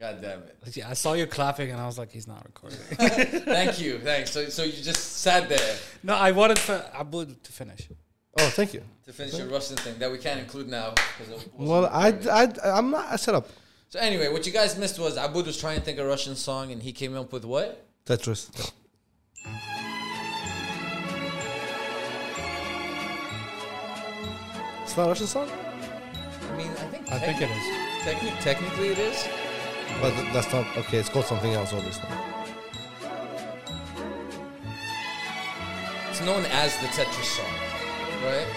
God damn it. Yeah, I saw you clapping, and I was like, he's not recording. Thank you. Thanks. So, so you just sat there no, I wanted for Abu to finish. Oh, thank you. to finish your Russian thing that we can't include now. 'cause it wasn't Well, I, recorded. I, I'm not I set up So anyway, what you guys missed was Abud was trying to think of a Russian song and he came up with what? Tetris. It's not a Russian song, I mean, I think I think it is. technically, technically it is. but th- that's not okay. It's called something else, obviously. It's known as the Tetris song, right?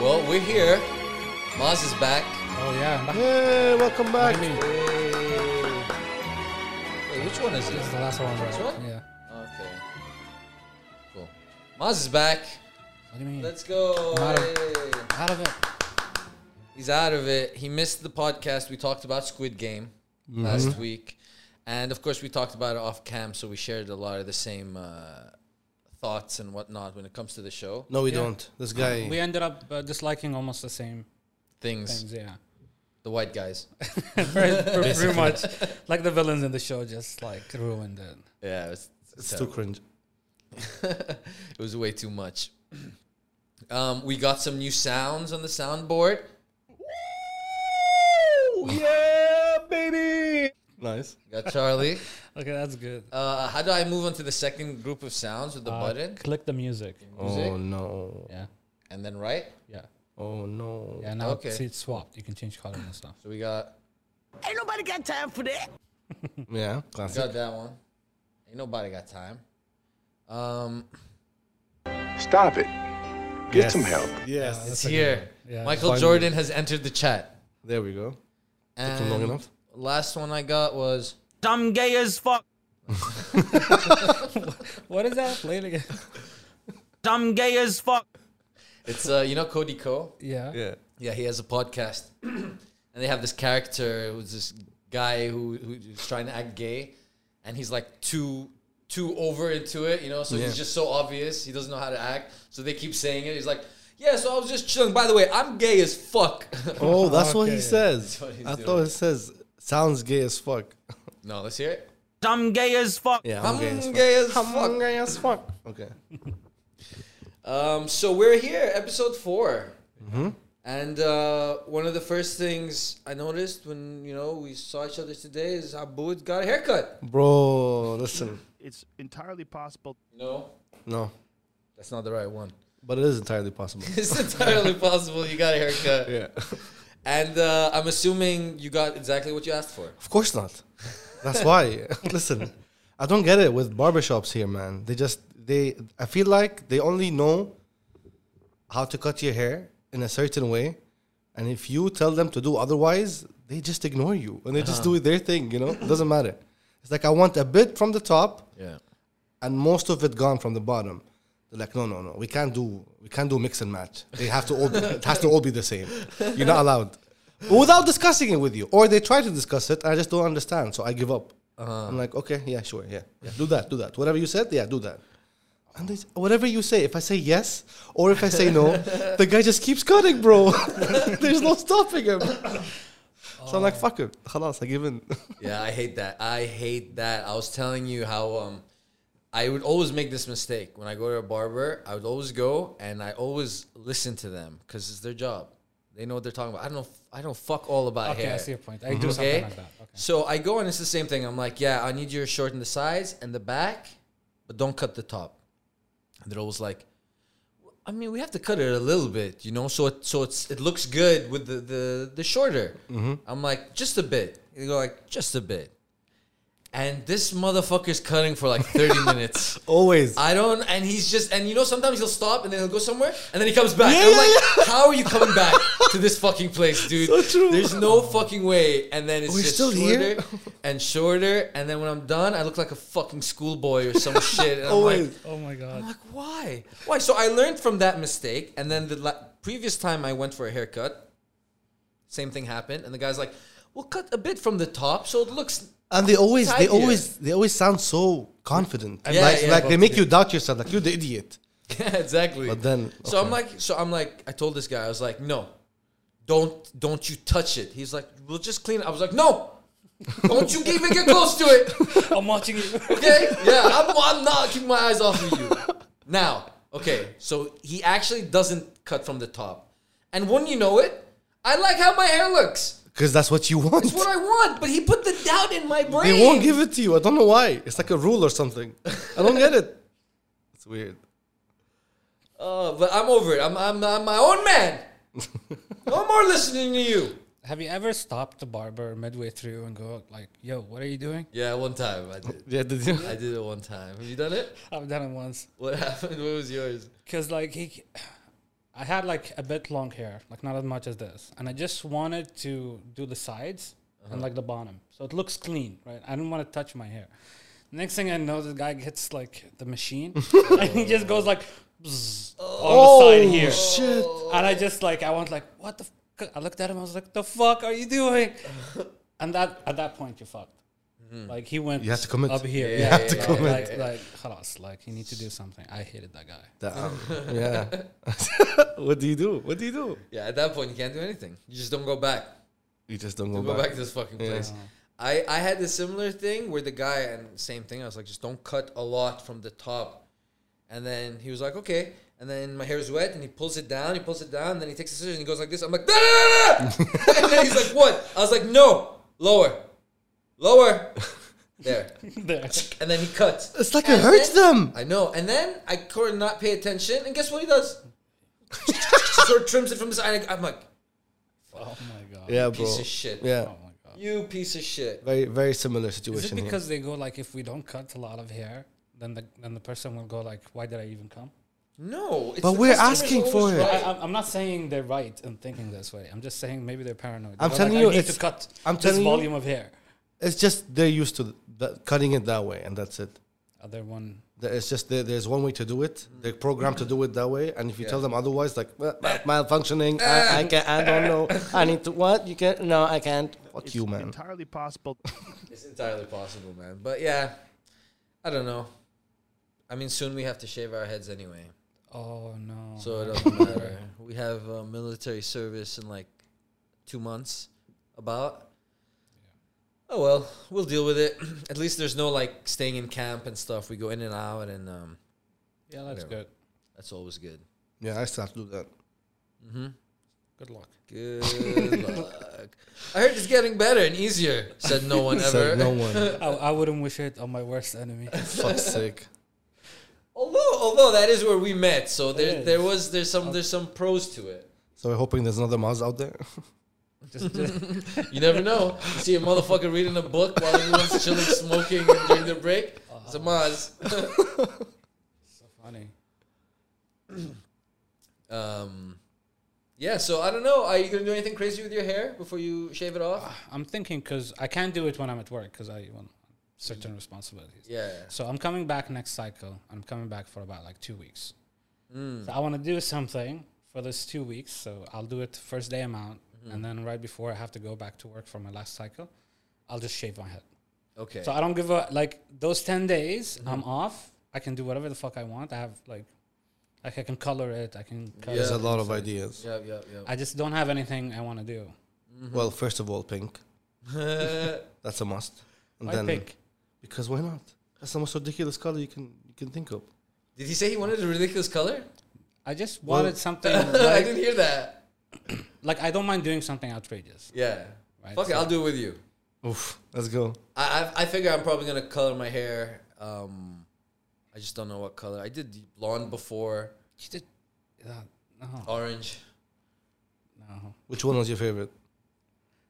well, we're here. Maz is back. Oh yeah, that- Hey, welcome back. I mean, Wait, which one is this is it? the last one. This Right? one? Yeah. Okay. Cool. Maz is back. What do you mean? Let's go. Not a- Hey. Out of it. He's out of it. He missed the podcast. We talked about Squid Game last week. And of course, we talked about it off cam, so we shared a lot of the same uh, thoughts and whatnot when it comes to the show. No, we Yeah. don't. This guy. We ended up uh, disliking almost the same Things. things. Yeah, The white guys. Very- pretty much. Like the villains in the show just like ruined it. Yeah, it was, it's too cringe. it was way too much. Um, we got some new sounds on the soundboard. yeah, baby. Nice. Got Charlie. Okay, that's good. Uh, how do I move on to the second group of sounds Uh, with the button? Click the music. Oh no. Yeah, And then right? yeah, Oh no. yeah. Now Okay. see it's swapped. You can change color and stuff. So we got, Ain't nobody got time for that. Yeah. we Classic. got that one. Ain't nobody got time. Um, Stop it. Get Yes. some help. Yes. It's here. Yeah. Michael Finally. Jordan has entered the chat. There we go. And long enough? Last one I got was I'm gay as fuck. What is that? Play it again. I'm gay as fuck. it's uh, you know Cody Co. Yeah. Yeah. Yeah, he has a podcast, and they have this character who's this guy who who's trying to act gay, and he's like too too over into it, you know. So Yeah. he's just so obvious. He doesn't know how to act. So they keep saying it. He's like, yeah. So I was just chilling. By the way, I'm gay as fuck. Oh, that's what he Okay. says. what he's I doing. thought it says sounds gay as fuck. no, let's hear it. I'm gay as fuck. Yeah, I'm gay as fuck. gay as I'm fuck. gay as fuck. Okay. Um, so we're here, episode 4 and uh, one of the first things I noticed when you know we saw each other today is Abud got a haircut. Bro, listen. it's entirely possible No, No, that's not the right one. but it is entirely possible. It's entirely possible you got a haircut, yeah. and uh, I'm assuming you got exactly what you asked for. Of course not. That's why. listen, I don't get it with barbershops here, man. They just, they, I feel like they only know how to cut your hair in a certain way. And if you tell them to do otherwise, they just ignore you and they just Uh-huh. do their thing, you know? It doesn't matter. It's like, I want a bit from the top Yeah, and most of it gone from the bottom. They're like, no, no, no, we can't do, we can't do mix and match. They have to all, be, it has to all be the same. You're not allowed, but without discussing it with you, or they try to discuss it, and I just don't understand, so I give up. I'm like, okay, yeah, sure, yeah, yeah, do that, do that. Whatever you said, yeah, do that. And they, s- whatever you say, if I say yes or if I say no, the guy just keeps cutting, bro. There's no stopping him. So I'm like, fuck it, خلاص, I give in. yeah, I hate that. I hate that. I was telling you how um, I would always make this mistake when I go to a barber. I would always go and I always listen to them because it's their job. They know what they're talking about. I don't. I don't fuck all about Okay, hair. I see your point. I do something like that. Mm-hmm. Okay. So I go and it's the same thing. I'm like, yeah, I need you to shorten the sides and the back, but don't cut the top. And they're always like, I mean, we have to cut it a little bit, you know, so it so it's it looks good with the the, the shorter. I'm like, just a bit. They go like, just a bit. And this motherfucker's cutting for like 30 minutes. Always. I don't, and he's just, and you know, sometimes he'll stop and then he'll go somewhere and then he comes back. Yeah, I'm yeah, like, how are you coming back to this fucking place, dude? So true. There's no fucking way. And then it's We're just still shorter here? and shorter. And then when I'm done, I look like a fucking schoolboy or some shit. And I'm like, Always. Oh my god. I'm like, why? Why? So I learned from that mistake. And then the la- previous time I went for a haircut, same thing happened. And the guy's like, we'll cut a bit from the top so it looks And they always, they Tidier. always, they always sound so confident. Yeah, like, yeah, like but they make they- you doubt yourself. Like you're the idiot. Yeah, exactly. But then- so I'm okay. like, so I'm like, I told this guy, I was like, no, don't, don't you touch it. He's like, we'll just clean it. I was like, no, don't you even get close to it. I'm watching you. Okay, yeah, I'm, I'm not keeping my eyes off of you. Now, okay, so he actually doesn't cut from the top. And when you know it, I like how my hair looks. Because that's what you want. It's what I want, but he put the doubt in my brain. They won't give it to you. I don't know why. It's like a rule or something. I don't get it. It's weird. Uh, but I'm over it. I'm, I'm, I'm my own man. No more listening to you. Have you ever stopped the barber midway through and go like, "Yo, what are you doing?" Yeah, one time I did. Yeah, did you? I did it one time. Have you done it? I've done it once What happened? What was yours? because like he, I had like a bit long hair, like not as much as this, and I just wanted to do the sides and like the bottom, so it looks clean, right? I didn't want to touch my hair. Next thing I know, this guy gets like the machine, and he just goes like, bzz, on the side here. Oh, shit. And I just like I went like, what the? F-? I looked at him. I was like, the fuck are you doing? and that at that point you fucked. Like he went. You had to commit. up here. You Mm-hmm. yeah, had yeah, to yeah, commit. Like, like, خلاص, like you need to do something. I hated that guy. Damn. Yeah. what do you do? What do you do? Yeah, at that point you can't do anything. You just don't go back. You just don't go, Go back. back to this fucking place. I, I had a similar thing where the guy and same thing. I was like, just don't cut a lot from the top. And then he was like, okay. And then my hair is wet, and he pulls it down. He pulls it down. Then he takes the scissors and he goes like this. I'm like, no, no, no, no. and then he's like, what? I was like, no, lower, lower, there. there. And then he cuts. It's like And it hurts then- them. I know. And then I could not pay attention, and guess what he does? sort of trims it from the side. I'm like, Oh my god. Yeah, bro. piece of shit. Yeah. Oh my god. You piece of shit. Very, very similar Is it situation. here. because they go like, if we don't cut a lot of hair, then the then the person will go like, why did I even come? No. It's But the we're customer's asking always for it. I, right. I'm- I'm not saying they're right in thinking this way. I'm just saying maybe they're paranoid. I'm They're telling like, you, I need it's- to cut I'm this telling you- volume of hair. It's just they're used to that, cutting it that way, and that's it. Other one. There- It's just there, there's one way to do it. They're Mm-hmm. programmed to do it that way, and if you tell them otherwise, like "Well, mal- malfunctioning, I, I can't, I don't know, I need to what you can't, no, I can't. Fuck It's you, man. entirely possible. It's entirely possible, man. But yeah, I don't know. I mean, soon we have to shave our heads anyway, Oh no. so it doesn't matter. We have uh, military service in like two months, about. Oh well, we'll deal with it. At least there's no like staying in camp and stuff. We go in and out, and um, yeah, that's Yeah. good. that's always good. Yeah, I start to do that. Good luck. Good luck. I heard it's getting better and easier. Said no one ever. So no one, I, I wouldn't wish it on my worst enemy. fuck's sake. Although, although that is where we met, so there, is. there was there's some there's some pros to it. So we're hoping there's another mouse out there. Just, just You never know. You see a motherfucker reading a book while everyone's chilling, smoking during their break. It's a Maz. funny. Um, yeah. So I don't know. Are you gonna do anything crazy with your hair before you shave it off? Ah. I'm thinking because I can't do it when I'm at work because I want certain responsibilities. Yeah. So I'm coming back next cycle. I'm coming back for about like two weeks. So I want to do something for this two weeks. So I'll do it first day I'm out, and then right before I have to go back to work for my last cycle, I'll just shave my head. Okay. So I don't give a like those ten days I'm off. I can do whatever the fuck I want. I have like, like I can color it. I can. Cut There's it. a lot of ideas. yeah, Mm-hmm. yeah, yeah. I just don't have anything I want to do. Well, first of all, pink. That's a must. And Why pick? Because why not? That's the most ridiculous color you can you can think of. Did he say he wanted a ridiculous color? I just wanted something. I like- didn't hear that. like I don't mind doing something outrageous. Yeah. Right, Fuck it. so- I'll do it with you. Oof. Let's go. I, I I figure I'm probably gonna color my hair. Um, I just don't know what color. I did blonde before, You did, that- no, orange. no. Which one was your favorite?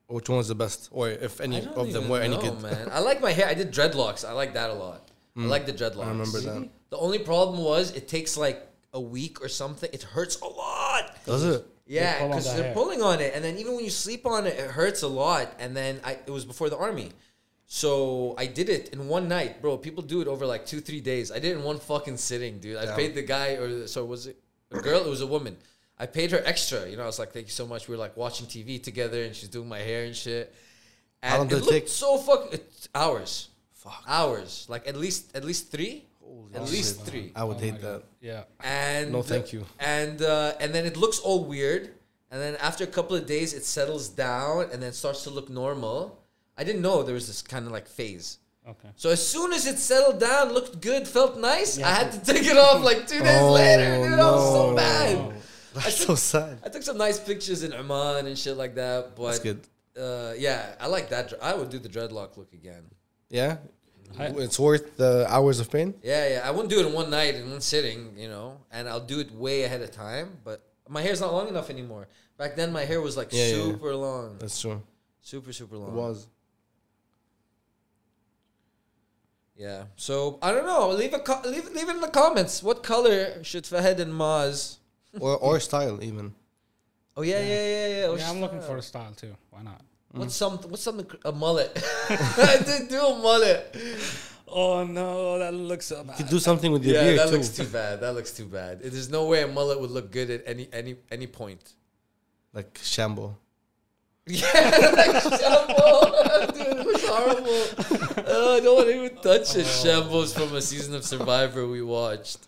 Or which one was the best? Or if I any don't of them even were any know, good. Mm. man. I like my hair. I did dreadlocks. I like that a lot. I like the dreadlocks. I remember that. The only problem was it takes like a week or something. It hurts a lot. Does it? Yeah, pull on because the they're hair. pulling on it, and then even when you sleep on it, it hurts a lot. And then I, it was before the army, so I did it in one night, bro. People do it over like two, three days. I did it in one fucking sitting, dude. I paid the guy, or so was it a girl? It was a woman. I paid her extra. You know, I was like, thank you so much. We were like watching TV together, and she's doing my hair and shit. And long it did it looked take? so fucking it, hours, hours, like at least at least three, at least three Oh I would hate that. Yeah. and No, thank you. and uh, and then it looks all weird and then after a couple of days, it settles down and then starts to look normal. I didn't know there was this kind of like phase. Okay. So as soon as it settled down, looked good, felt nice, I had to take it off like two days later, dude. I was so Oh, no. bad. That's so sad. I took some nice pictures in Oman and shit like that. But That's good. Uh, yeah, I like that. dr- I would do the dreadlock look again. Yeah, it's worth the hours of pain. Yeah, yeah. I wouldn't do it in one night in one sitting, you know. And I'll do it way ahead of time. But my hair's not long enough anymore. Back then, my hair was like Yeah, yeah, yeah. super long, That's true. super super long. It was. Yeah. So I don't know. Leave a co- leave leave it in the comments. What color should Fahed and Maz? or or style even. Oh yeah, yeah, yeah, yeah. Oh, Yeah, I'm sh- looking for a style too. Why not? What's Mm-hmm. something? What's something? cr- A mullet. Dude, do a mullet. Oh no, that looks so You bad. could do something with your Yeah, beard that too. looks too bad. That looks too bad. It- There's no way a mullet would look good at any any any point. like Shambo. Yeah, like Shambo. Dude, it was horrible. Uh, no one even touched it. Shambo's from a season of Survivor we watched.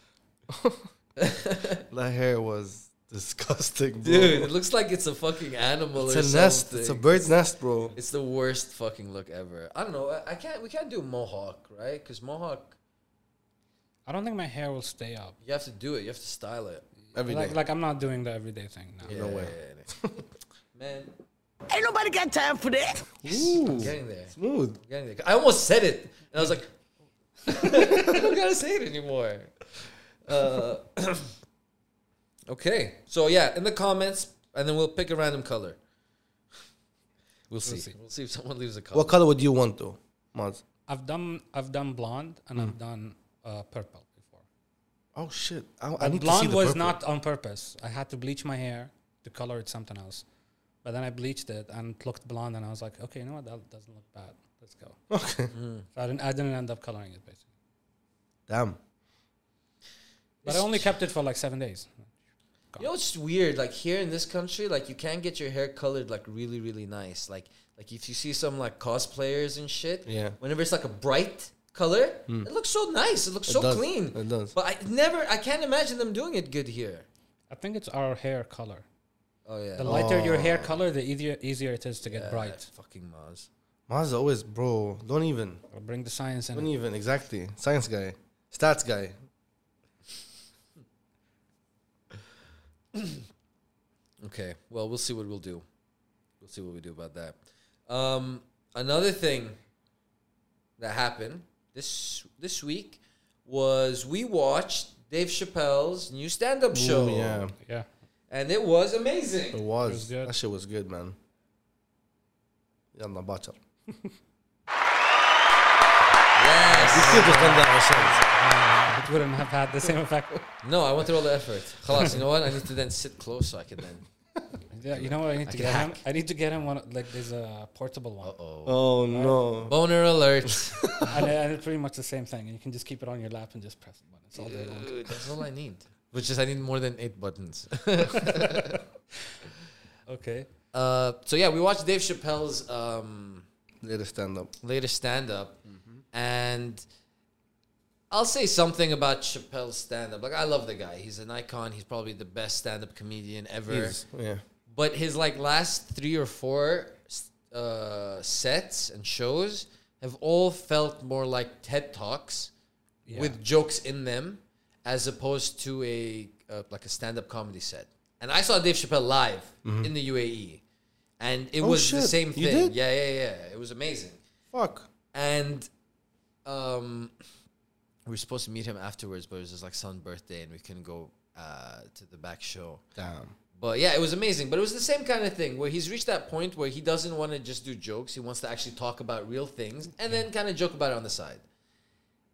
That hair was disgusting, bro. Dude, it looks like it's a fucking animal it's or a something. nest. It's a bird's nest, bro. It's the worst fucking look ever. I don't know. I, I can't. We can't do mohawk, right? Because mohawk, I don't think my hair will stay up. you have to do it. You have to style it. Every day. Like, like I'm not doing the everyday thing now. No way. Man, Ain't nobody got time for that. I'm getting there. Smooth. I'm getting there. I almost said it, and I was like, I don't gotta say it anymore. Uh, okay. So yeah, in the comments, and then we'll pick a random color. We'll see. We'll see, see. if someone leaves a comment. What color would you want though, Maz? I've done I've done blonde and I've done uh, purple before. Oh shit! I, I And need to blonde see the was purple. not on purpose. I had to bleach my hair to color it something else, but then I bleached it and it looked blonde, and I was like, okay, you know what? That doesn't look bad. Let's go. Okay. So I didn't I didn't end up coloring it basically, Damn. but I only kept it for like seven days. You know what's weird? Like here in this country, like you can get your hair colored like really, really nice. Like like if you see some like cosplayers and shit, Yeah. Whenever it's like a bright color, it looks so nice. It looks so does. clean. It does. But I never, I can't imagine them doing it good here. I think it's our hair color. Oh yeah, The lighter your hair color, the easier easier it is to get Yeah, bright. Fucking Mars. Maz always, bro. Don't even. Or bring the science in. Don't even. Exactly. Science guy. Stats guy. Okay. Well, we'll see what we'll do. We'll see what we do about that. Um, another thing that happened this this week was we watched Dave Chappelle's new stand up show. Ooh, Oh, yeah. Oh. Yeah. And it was It amazing. was. was good. That shit was good, man. Yalla Bachar. Yes. We could have done that ourselves. Uh, It wouldn't have had the same effect. No, I went through all the effort. Khalas, you know what? I need to then sit close so I can then. Yeah, you know what I need to can get him? hack. I need to get him one of- like there's a portable one. Oh no. Boner alert. and, uh, and it's pretty much the same thing. And you can just keep it on your lap and just press the button. It's all day long. Dude, That's all I need. Which is I need more than eight buttons. Okay. Uh, so yeah, we watched Dave Chappelle's um, Let us stand up. later stand up, Mm-hmm. and I'll say something about Chappelle's stand up. Like I love the guy; he's an icon. He's probably the best stand up comedian ever. Yeah. But his like last three or four uh, sets and shows have all felt more like TED talks with jokes in them, as opposed to a uh, like a stand up comedy set. And I saw Dave Chappelle live in the UAE, and it Mm-hmm. Oh, was the shit. same thing. You did? Yeah, yeah, yeah. It was amazing. Fuck. And um, we were supposed to meet him afterwards, but it was his like son's birthday, and we couldn't go uh, to the back show. Damn. But yeah, it was amazing. But it was the same kind of thing where he's reached that point where he doesn't want to just do jokes. He wants to actually talk about real things and then kind of joke about it on the side.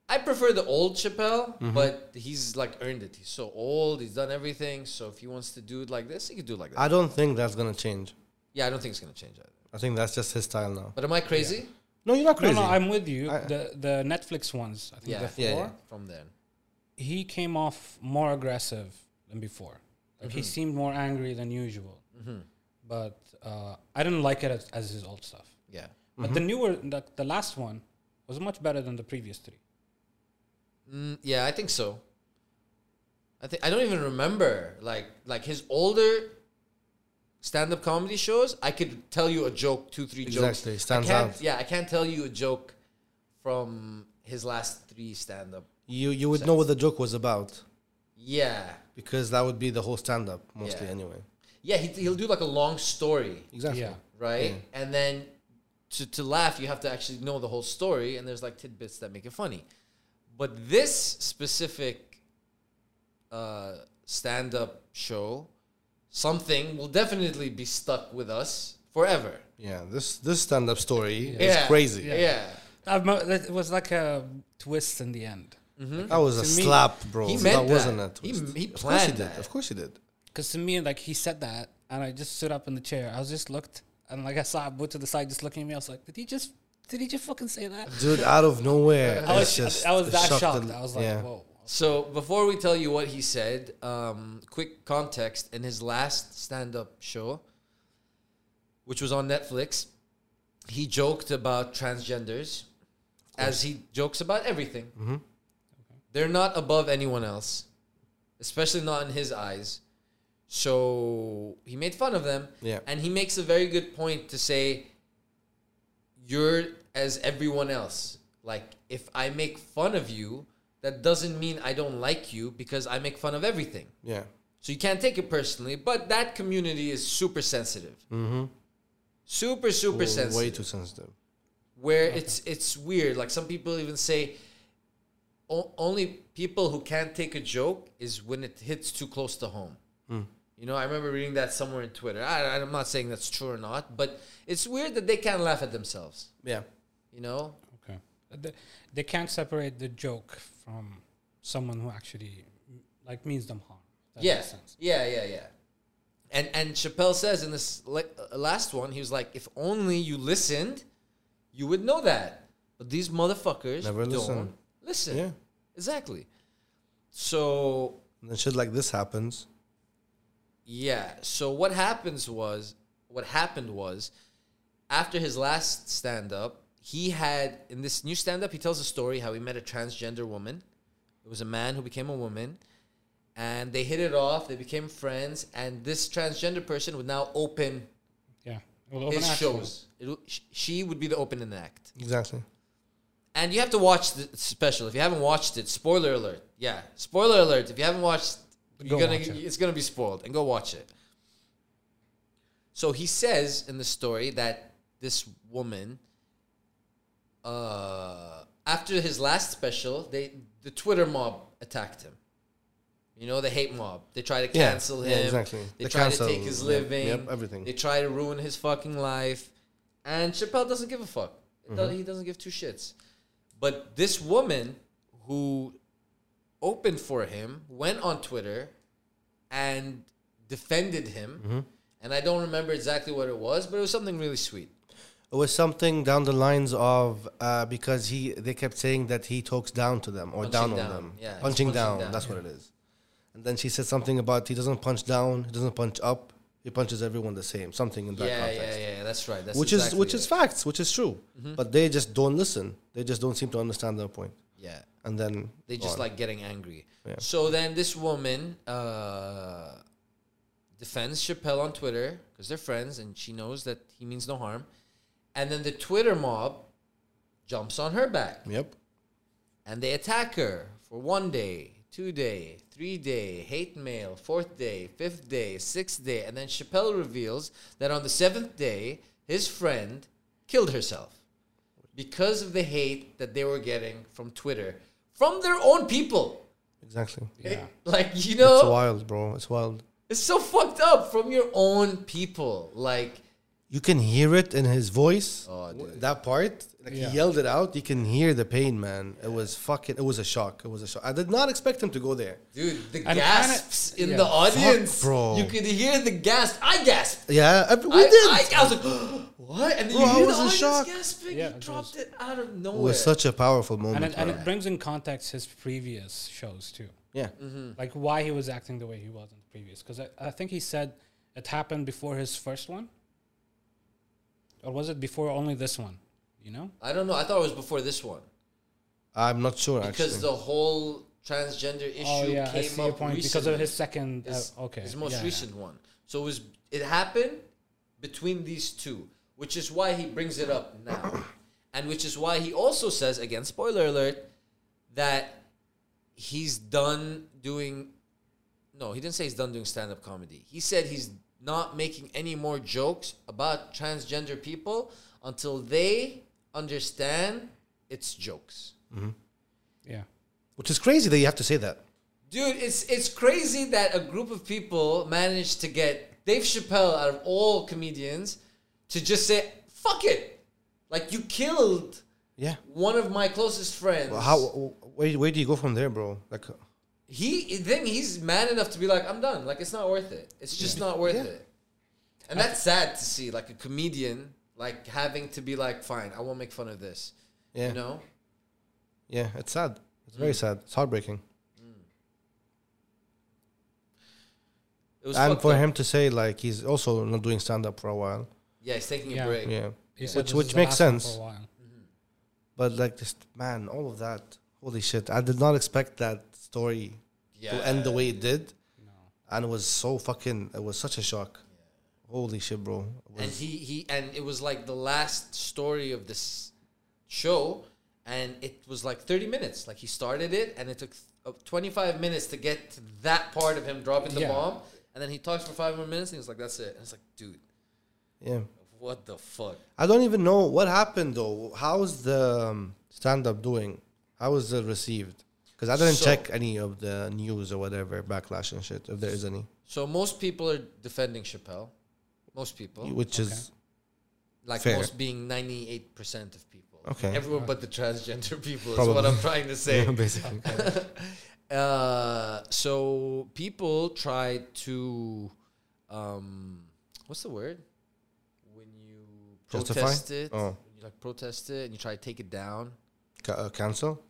I prefer the old Chappelle, but he's like earned it. He's so old. He's done everything. So if he wants to do it like this, he could do it like that. I don't think that's gonna change. yeah, I don't think it's gonna change either. I think that's just his style now. But am I crazy? No, you're not No, crazy. no, I'm with you. I- the the Netflix ones, I think Yeah. the four. Yeah, From then, He came off more aggressive than before. Like he seemed more angry than usual. But uh, I didn't like it as, as his old stuff. yeah. Mm-hmm. But the newer, the, the last one, was much better than the previous three. Mm, yeah, I think so. I think I don't even remember like like his older stand up comedy shows, I could tell you a joke, two, three jokes. Exactly, it I stands can't- out. Yeah, I can't tell you a joke from his last three stand up. You you would know what the joke was about Yeah. because that would be the whole stand up mostly Yeah. anyway. Yeah, he, he'll do like a long story, Exactly. Yeah. right? And then to, to laugh, you have to actually know the whole story, and there's like tidbits that make it funny. But this specific uh, stand up show, something will definitely be stuck with us forever. Yeah. This this stand up story Yeah. is crazy. Yeah. I've mo- it was like a twist in the end. That was a me, slap, bro. he that meant wasn't a that. He- twist. he of course he planned did. that. Of course he did. Because to me, like he said that, and I just stood up in the chair. I was just looked, and like I saw Abu to the side, just looking at me. I was like, did he just, did he just fucking say that? Dude, out of nowhere. I was, it's just I was it that shocked shocked. the- I was like, yeah. whoa. So before we tell you what he said, um, quick context: in his last stand-up show, which was on Netflix, he joked about transgenders, as he jokes about everything. They're not above anyone else, especially not in his eyes. So he made fun of them, Yeah. and he makes a very good point to say, "You're as everyone else. Like if I make fun of you." That doesn't mean I don't like you because I make fun of everything. Yeah. So you can't take it personally, but that community is super sensitive. Mm-hmm. Super, super Way- sensitive. Way too sensitive. Where it's it's weird. Like some people even say, o- only people who can't take a joke is when it hits too close to home. You know, I remember reading that somewhere in Twitter. I, I'm not saying that's true or not, but it's weird that they can't laugh at themselves. Yeah. You know, Okay. They, they can't separate the joke from someone who actually like means them harm. That yeah. makes sense. Yeah, yeah, yeah. And and Chappelle says in this le- uh, last one, he was like, if only you listened, you would know that. But these motherfuckers Never don't listen. listen. Yeah. Exactly. So And then shit like this happens. yeah. So what happens was what happened was after his last stand up, he had in this new stand up he tells a story how he met a transgender woman. It was a man who became a woman and they hit it off, they became friends and this transgender person would now open Yeah. Well, his open act now. shows. It'll, sh- she would be the opening act. Exactly. And you have to watch the special. If you haven't watched it, spoiler alert. Yeah, spoiler alert. If you haven't watched, you're gonna, watch it. it's gonna be spoiled. And go watch it. So he says in the story that this woman, uh, after his last special, they the Twitter mob attacked him. You know the hate mob. They try to Yeah, cancel yeah, him. exactly. They, They try cancel, to take his yep, living. yep, everything. They try to ruin his fucking life. And Chappelle doesn't give a fuck. It Mm-hmm. do- He doesn't give two shits. But this woman who opened for him went on Twitter and defended him. Mm-hmm. And I don't remember exactly what it was, but it was something really sweet. It was something down the lines of uh, because he they kept saying that he talks down to them or Punching down on down, them. yeah, he's punching, punching down, down, That's yeah. what it is. And then she said something about he doesn't punch down, he doesn't punch up, he punches everyone the same. Something in that yeah, context. yeah, yeah. That's right. That's which exactly Mm-hmm. is which it. is facts, which is true. But they just don't listen. They just don't seem to understand their point. Yeah. And then They go just on. like getting angry. So then this woman uh, defends Chappelle on Twitter because they're friends and she knows that he means no harm. And then the Twitter mob jumps on her back yep, and they attack her for one day, two day, three day, hate mail, fourth day, fifth day, sixth day. And then Chappelle reveals that on the seventh day, his friend killed herself because of the hate that they were getting from Twitter from their own people. exactly. Yeah. Like you It's know, wild, bro. It's wild. it's, so fucked up from your own people. Like You can hear it in his voice. Oh, W- dude. That part, like Yeah. he yelled it out. You can hear the pain, man. It was fucking. It was a shock. It was a shock. I did not expect him to go there. Dude, the And gasps kinda- in yeah. the audience, bro. You could hear the gasp. I gasped. Yeah, every, we I, did. I, I was like, what? And then Bro, you I hear the was in audience shock. gasping. Yeah, he it dropped was- it out of it nowhere. was such a powerful And moment. it, and bro. it brings in context his previous shows too, yeah, like why he was acting the way he was in the previous. Because I, I think he said it happened before his first one, or was it before only this one? You know, I don't know. I thought it was before this one I'm not sure because actually. the whole transgender issue oh yeah, I came see up your point because recently. of his second. His- uh, okay, his most yeah, yeah. recent one. So it was it happened between these two, which is why he brings it up now, and which is why he also says again, spoiler alert, that he's done doing. No, he didn't say he's done doing stand up comedy. He said he's not making any more jokes about transgender people until they understand it's jokes. Yeah. Which is crazy that you have to say that. Dude, it's it's crazy that a group of people managed to get Dave Chappelle out of all comedians to just say fuck it. Like you killed Yeah. one of my closest friends. How? Where, where do you go from there, bro? Like, uh, he then he's man enough to be like, I'm done. Like it's not worth it. It's just not worth Yeah. it. And that's sad to see, like a comedian like having to be like, fine, I won't make fun of this. Yeah. You know? yeah, it's sad. It's very sad. It's heartbreaking. It was And fucked for up. him to say like he's also not doing stand up for a while. Yeah, he's taking Yeah. a break. Yeah. He said Which this is which the last makes one for sense. a while. But like this man, all of that. Holy shit! I did not expect that story to Yeah. end the way it did. And it was so fucking. It was such a shock. Holy shit, bro! It was- and he he and it was like the last story of this show and it was like 30 minutes like he started it and it took uh, 25 minutes to get to that part of him dropping the Yeah. bomb and then he talks for five more minutes and he's like that's it and it's like dude yeah. what the fuck I don't even know what happened though. How's the um, stand up doing? How is it received? Because I didn't So- check any of the news or whatever backlash and shit, if there is any. so most people are defending chappelle most people Which is like fair. most being 98% of people Okay. everyone but the transgender people is what Probably. i'm trying to say basically Uh, so people try to um what's the word when you Justify? protest it Oh. when you like protest it and you try to take it down Ca- uh, cancel,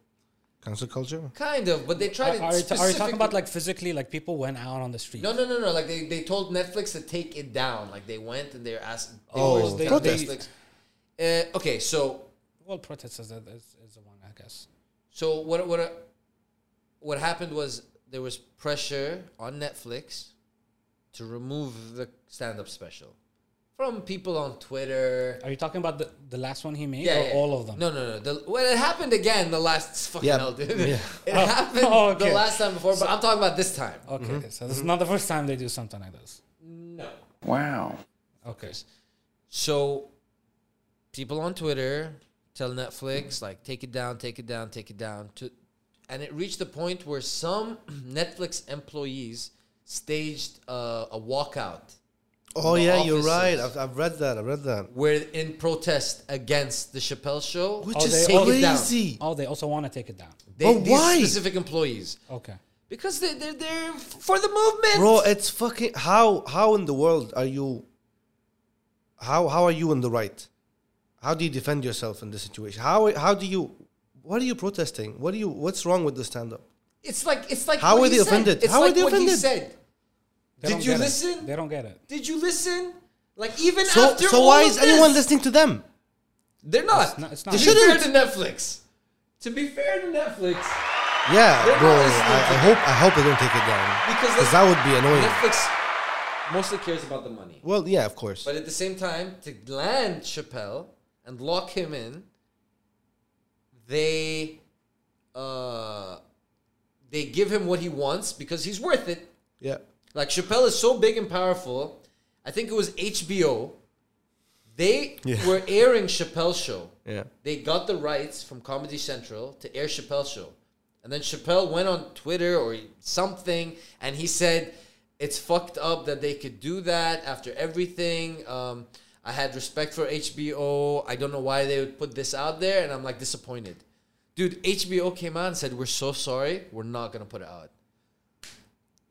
cancel culture. kind of but they tried Are, to are, you ta- are you specifically- talking about like physically, like people went out on the street? no no no no like they, they told netflix to take it down like they went and they're asked they Oh, were- they- protest. Netflix. Uh, okay so Well, protests is, is, is the one, I guess. So what what what happened was there was pressure on Netflix to remove the stand up special from people on Twitter. Are you talking about the, the last one he made Yeah, or yeah. all of them? No, no, no. The, well, it happened again the last fucking Yeah, hell, dude. yeah. It happened oh, okay. the last time before, but I'm talking about this time. Okay, Mm-hmm. so this is not the first time they do something like this. No. Wow. Okay. So people on Twitter tell Netflix like take it down, take it down, take it down to and it reached the point where some Netflix employees staged uh, a walkout Oh The yeah, you're right. offices. I've, I've read that. I've read that. where in protest against the Chappelle show. Which Oh, is they all- Take it down. crazy. Oh, they also want to take it down. They, But these why? specific employees Okay. because they they're there for the movement. Bro, eh, it's fucking how how in the world are you? How how are you in the right? How do you defend yourself in this situation? How how do you? What are you protesting? What do you? What's wrong with the stand up? It's like it's like How what he were they said. offended? It's How were like they what he offended? said. They Did don't you get it. listen? They don't get it. Did you listen? Like even So after so all why of is anyone this- listening to them? They're not. It's not- it's To not. be fair They to shouldn't. Netflix. To be fair to Netflix, Yeah, They're not bro. I, listening to I them. hope I hope they don't take it down Because because that would be annoying. Netflix mostly cares about the money. Well, yeah, of course. But at the same time, to land Chappelle and lock him in, they uh, they give him what he wants because he's worth it. yeah, Like Chappelle is so big and powerful. I think it was HBO. They Yeah. were airing Chappelle's show. yeah. They got the rights from Comedy Central to air Chappelle's show. And then Chappelle went on Twitter or something and he said, It's fucked up that they could do that after everything. Um, I had respect for HBO. I don't know why they would put this out there. And I'm like disappointed. Dude, HBO came out and said, We're so sorry. We're not going to put it out.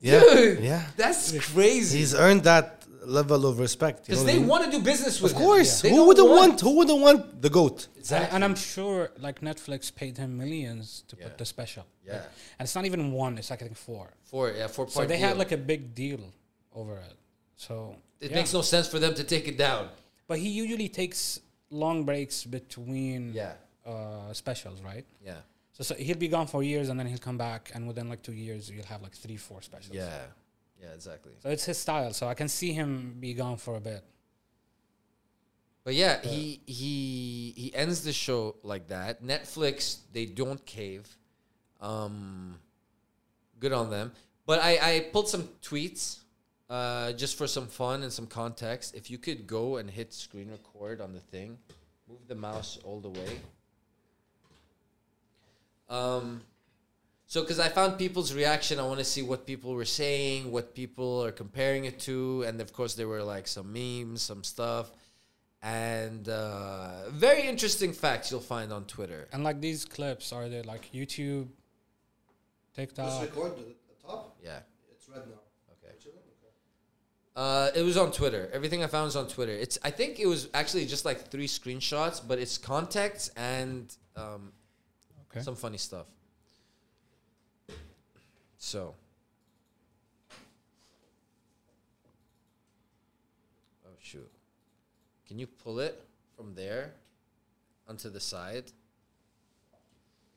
Yeah, Dude, yeah. That's crazy. He's earned that level of respect. you Because know what I they mean? want to do business with Of him. course, They who don't wouldn't want? Who wouldn't want the goat? And, and I'm sure like Netflix paid him millions to Yeah. put the special. Yeah. Like, and it's not even one, it's like I think four. Four, yeah, four part So they had deal. like a big deal over it. So It yeah. makes no sense for them to take it down. But he usually takes long breaks between Yeah. uh, specials, right? Yeah. So, so he'll be gone for years and then he'll come back, and within like two years, you'll have like three, four specials. Yeah. Yeah, exactly. So it's his style. So I can see him be gone for a bit. But yeah, he he he ends the show like that. Netflix, they don't cave. Um, good on them. But I I pulled some tweets, uh, just for some fun and some context. If you could go and hit screen record on the thing, move the mouse all the way. Um, so because I found people's reaction, I want to see what people were saying, what people are comparing it to, and of course there were like some memes, some stuff, and uh, very interesting facts you'll find on Twitter. And like these clips, are they like YouTube, TikTok? record the top. Yeah. It's red now. Okay. Uh, it was on Twitter. Everything I found was on Twitter. It's I think it was actually just like three screenshots, but it's context and um, Okay. some funny stuff. So. Oh shoot. Can you pull it from there onto the side?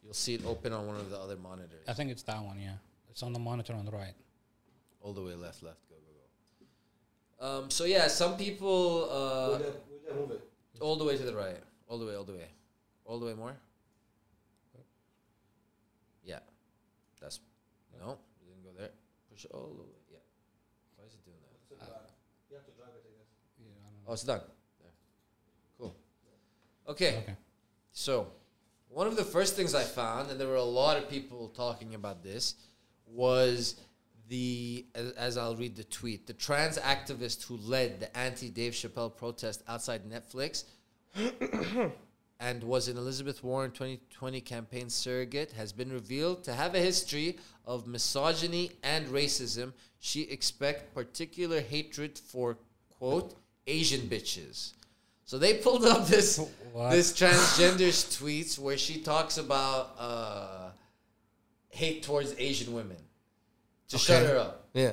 You'll see it open on one of the other monitors. I think it's that one. Yeah, it's on the monitor on the right. All the way left, left, go, go, go. Um, so yeah, some people uh, all the way to the right, all the way, all the way, all the way more. Yeah, that's no, you didn't go there. Push it all the way. Yeah, why is it doing that? Ah. Oh, it's done. There. Cool. Okay. Okay. So, one of the first things I found, and there were a lot of people talking about this, was the, as, as I'll read the tweet, the trans activist who led the anti Dave Chappelle protest outside Netflix and was an Elizabeth Warren 2020 campaign surrogate has been revealed to have a history of misogyny and racism. She expect particular hatred for quote Asian bitches. So they pulled up this What? this transgender's tweets where she talks about uh, hate towards Asian women to shut Okay. her up Yeah.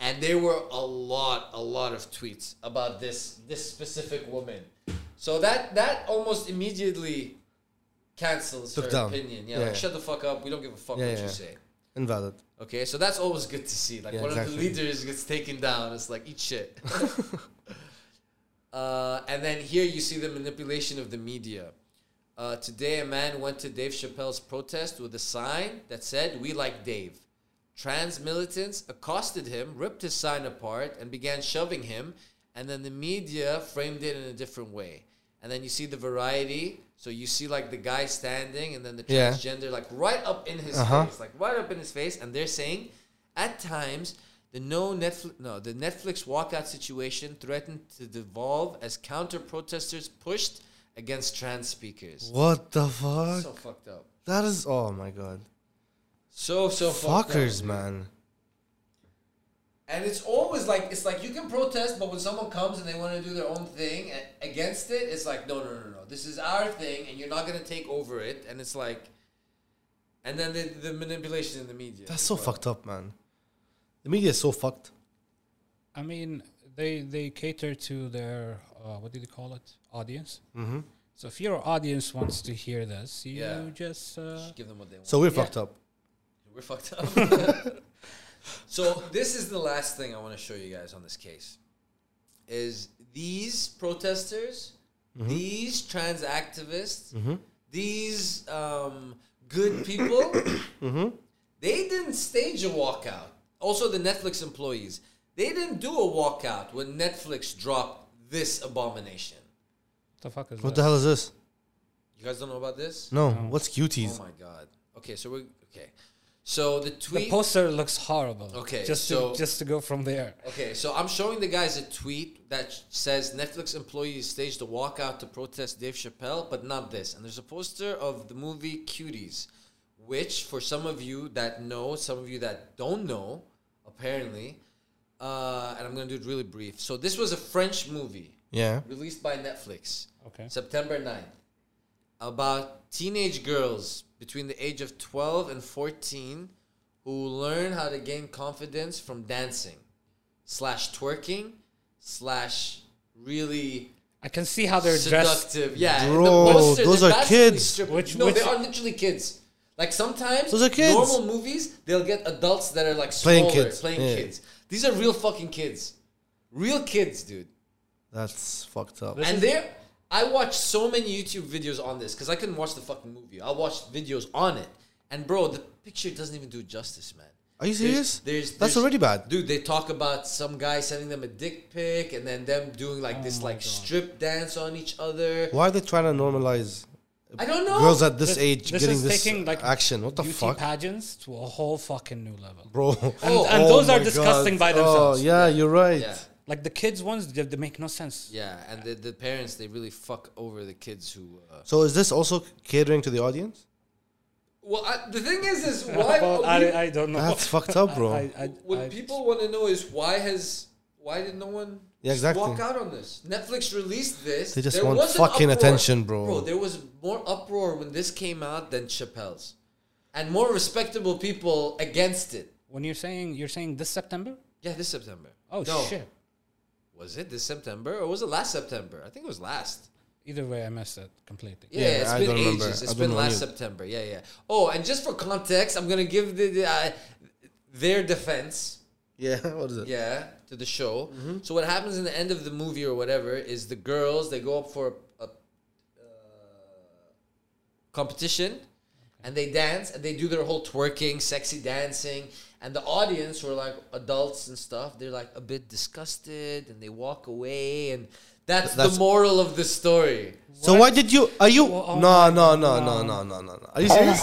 and there were a lot a lot of tweets about this this specific woman so that that almost immediately cancels Took her down. opinion yeah, Yeah, like yeah. shut the fuck up we don't give a fuck Yeah, what you yeah. say Invalid. okay so that's always good to see like Yeah, one of the exactly. leaders gets taken down it's like eat shit uh, and then here you see the manipulation of the media uh, today a man went to dave chappelle's protest with a sign that said we like dave Trans militants accosted him, ripped his sign apart, and began shoving him. And then the media framed it in a different way. And then you see the variety. So you see like the guy standing, and then the Yeah. transgender like right up in his Uh-huh. face, like right up in his face. And they're saying, at times, the no Netflix, no, the Netflix walkout situation threatened to devolve as counter protesters pushed against trans speakers. What the fuck? So fucked up. that is. Oh my god. So so fucked up, Fuckers, dude. man. And it's always like it's like you can protest, but when someone comes and they want to do their own thing a- against it, it's like no, no, no, no. This is our thing, and you're not gonna take over it. And it's like, and then the, the manipulation in the media. That's so fucked up, man. The media is so fucked. I mean, they they cater to their uh, what do they call it? Audience. Mm-hmm. So if your audience wants to hear this, you Yeah. just uh, Just Give them what they want. So we're fucked up. We're fucked up. so this is the last thing I want to show you guys on this case. Is these protesters, these trans activists, these um, good people, they didn't stage a walkout. Also, the Netflix employees, they didn't do a walkout when Netflix dropped this abomination. the fuck is What the that? hell is this? You guys don't know about this? No. What's Oh cuties? my god. Okay, so we're okay. So the tweet. The poster looks horrible. Okay, just so- to, just to go from there. Okay, so I'm showing the guys a tweet that sh- says Netflix employees staged a walkout to protest Dave Chappelle, but not this. And there's a poster of the movie Cuties, which, for some of you that know, some of you that don't know, apparently, uh, and I'm going to do it really brief. So, this was a French movie yeah. released by Netflix. Okay. September 9th. About teenage girls between the age of 12 and 14 who learn how to gain confidence from dancing, slash twerking, slash really I can see how they're dressed. seductive. Yeah, in the Bro, poster, those they're are basically kids. strippers. Which- no, they which- are literally kids. Like sometimes Those are kids. normal movies, they'll get adults that are like smaller, playing Playing kids. kids, yeah. kids. These are real fucking kids. Real kids, dude. That's fucked up. and there, I watched so many YouTube videos on this because I couldn't watch the fucking movie. I watched videos on it, and bro, the picture doesn't even do it justice, man. Are you serious? There's, there's That's there's- already bad. dude. They talk about some guy sending them a dick pic, and then them doing like Oh this like strip dance on each other. Why are they trying to normalize I don't know. girls at this, This- age this getting is this taking, like, action? What the beauty fuck, pageants to a whole fucking new level. bro? And, and Oh those my are God. disgusting by Oh, themselves. yeah, you're right. yeah, Like the kids ones, they, they make no sense. yeah, and the, the parents they really fuck over the kids who. Uh, So is this also catering to the audience? well, I, the thing is, is why Well, I, I don't know. That's fucked up, bro. I, I, what I- people want to know is why has why did no one Yeah, just exactly. walk out on this? Netflix released this. They just There want was an fucking uproar. attention, bro. Bro, there was more uproar when this came out than Chappelle's, and more respectable people against it. when you're saying you're saying this September? Yeah, this September. Oh No. shit! Was it this September or was it last September? I think it was last. Either way, I missed it completely. Yeah, Yeah, it's I been don't ages. remember. It's I been don't last remember. September. Yeah, yeah. Oh, and just for context, I'm gonna give the, the uh, their defense. Yeah, what is it? Yeah, to the show. So what happens in the end of the movie or whatever is the girls they go up for a, a uh, competition, and they dance and they do their whole twerking, sexy dancing, and the audience who are like adults and stuff. They're like a bit disgusted and they walk away, and that's, That's- the moral of the story. So why did you? Are you? Well, oh no, my no, no, no, no, no, no, no. Are you serious?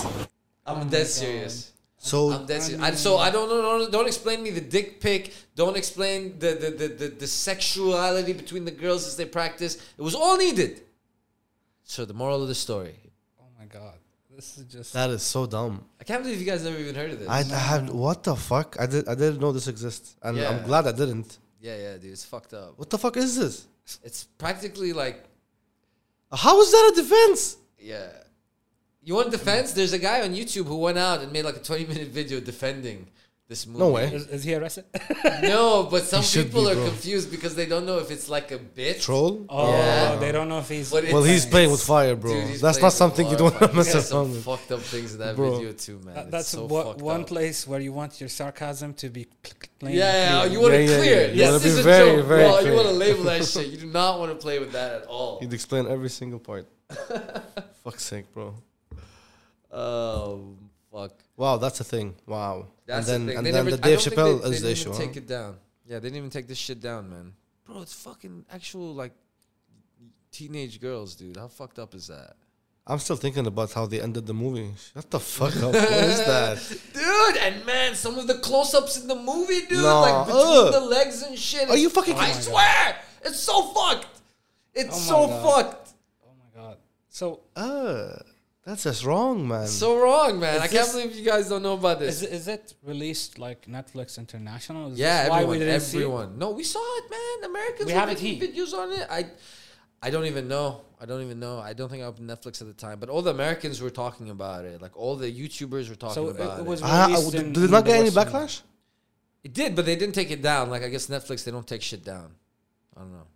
I'm dead serious. I'm So dead serious. And so Um, I don't know. Don't explain me the dick pic. Don't explain the the, the, the the sexuality between the girls as they practice. It was all needed. So the moral of the story. Oh my god, this is just that is so dumb. I can't believe you guys never even heard of this. I, I have what the fuck? I did I didn't know this exists, and Yeah. I'm glad I didn't. yeah, yeah, dude, it's fucked up. What the fuck is this? It's practically like, How is that a defense? yeah. You want defense? There's a guy on YouTube who went out and made like a 20 minute video defending this movie. way. is, is he arrested? No, but some should people be, are bro. confused because they don't know if it's like a bit. Troll? oh, Yeah. they don't know if he's. But it's- well, he's playing with fire, bro. Dude, he's That's playing not with something you fire, don't want man. to He said mess some around with. fucked up things in that Bro. video too, man. that- that's that's so wha- fucked one up. place where you want your sarcasm to be cl- cl- plain. Yeah, yeah, and you clear. Oh want to Yeah, yeah, clear. yeah. You Yes, wanna this be is very, a joke. very Well, you clear. want to label that shit. You do not want to play with that at all. He'd explain every single part. Fuck's sake, bro. Oh fuck. Wow, that's a thing. Wow. That's and then, the thing. and they then never, the I Dave don't think Chappelle they, they is the didn't issue. even huh? Take it down. Yeah, they didn't even take this shit down, man. Bro, it's fucking actual like teenage girls, dude. How fucked up is that? I'm still thinking about how they ended the movie. Shut the fuck up. what is that? Dude, and man, some of the close-ups in the movie, dude, No, like between ugh. the legs and shit. Are you it's- fucking I kidding me? swear, it's so fucked. It's Oh so my God. fucked. Oh my god. So Uh, that's just wrong, man. So wrong, man. I can't this- believe you guys don't know about this. is is it released like Netflix International? Is yeah, this everyone, see it? everyone. No, we saw it, man. Americans We were have it making here. videos on it. I, I don't even know. I don't even know. I don't think I opened Netflix at the time, but all the Americans were talking about it. Like all the YouTubers were talking So it, about it. it was. Ah, released did in- did it in not the get any Western- backlash? It did, but they didn't take it down. Like I guess Netflix, they don't take shit down. I don't know.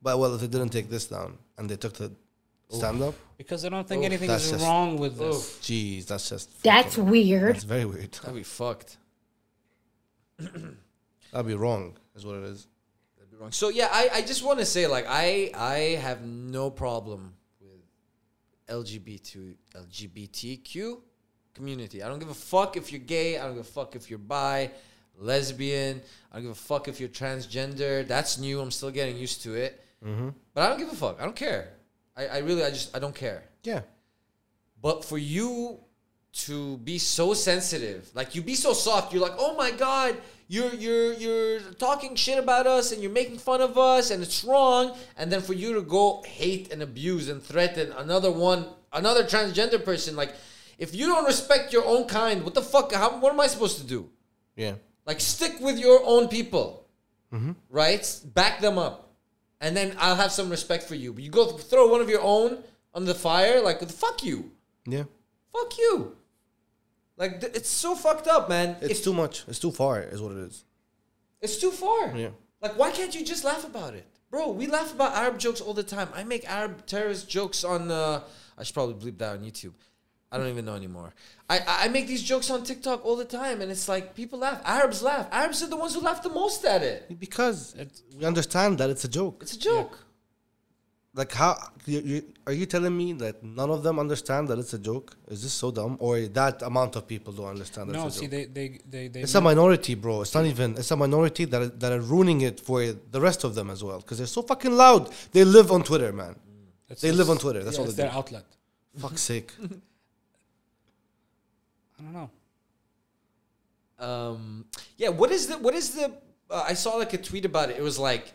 But well, if they didn't take this down and they took the stand up, Because I don't think Oh, anything that's is just- wrong with this. jeez, that's just That's fucking- weird. That's very weird. That'd be fucked. That'd be wrong, is what it is. That'd be wrong. So yeah, I, I just want to say like I I have no problem with LGBT LGBTQ community. I don't give a fuck if you're gay. I don't give a fuck if you're bi, lesbian. I don't give a fuck if you're transgender. That's new. I'm still getting used to it. But I don't give a fuck. I don't care. I, I really I just I don't care. Yeah. But for you to be so sensitive, like you be so soft, you're like, oh my god, you're you're you're talking shit about us and you're making fun of us and it's wrong. And then for you to go hate and abuse and threaten another one, another transgender person, like if you don't respect your own kind, what the fuck? How, what am I supposed to do? Yeah. Like stick with your own people, right? Back them up, and then I'll have some respect for you. But you go throw one of your own on the fire, like fuck you Yeah. fuck you. Like th- it's so fucked up, man. It's If- too much. It's too far, is what it is. it's too far. Yeah. Like why can't you just laugh about it, bro? We laugh about Arab jokes all the time. I make Arab terrorist jokes on. Uh, I should probably bleep that on YouTube. I don't even know anymore. I, I- I make these jokes on TikTok all the time, and it's like people laugh. Arabs laugh. Arabs are the ones who laugh the most at it. Because it, we understand that it's a joke. It's a joke. Like, how you, you, are you telling me that none of them understand that it's a joke? Is this so dumb? Or that amount of people don't understand that No, it's a see, joke? they they they they. it's a make- minority, bro. It's not even. It's a minority that are, that are ruining it for the rest of them as well. Because they're so fucking loud. They live on Twitter, man. it's- they live on Twitter. That's yeah, all it's they their do. outlet. Fuck's sake. I don't know. Um, yeah. What is the what is the? Uh, I saw like a tweet about it. It was like,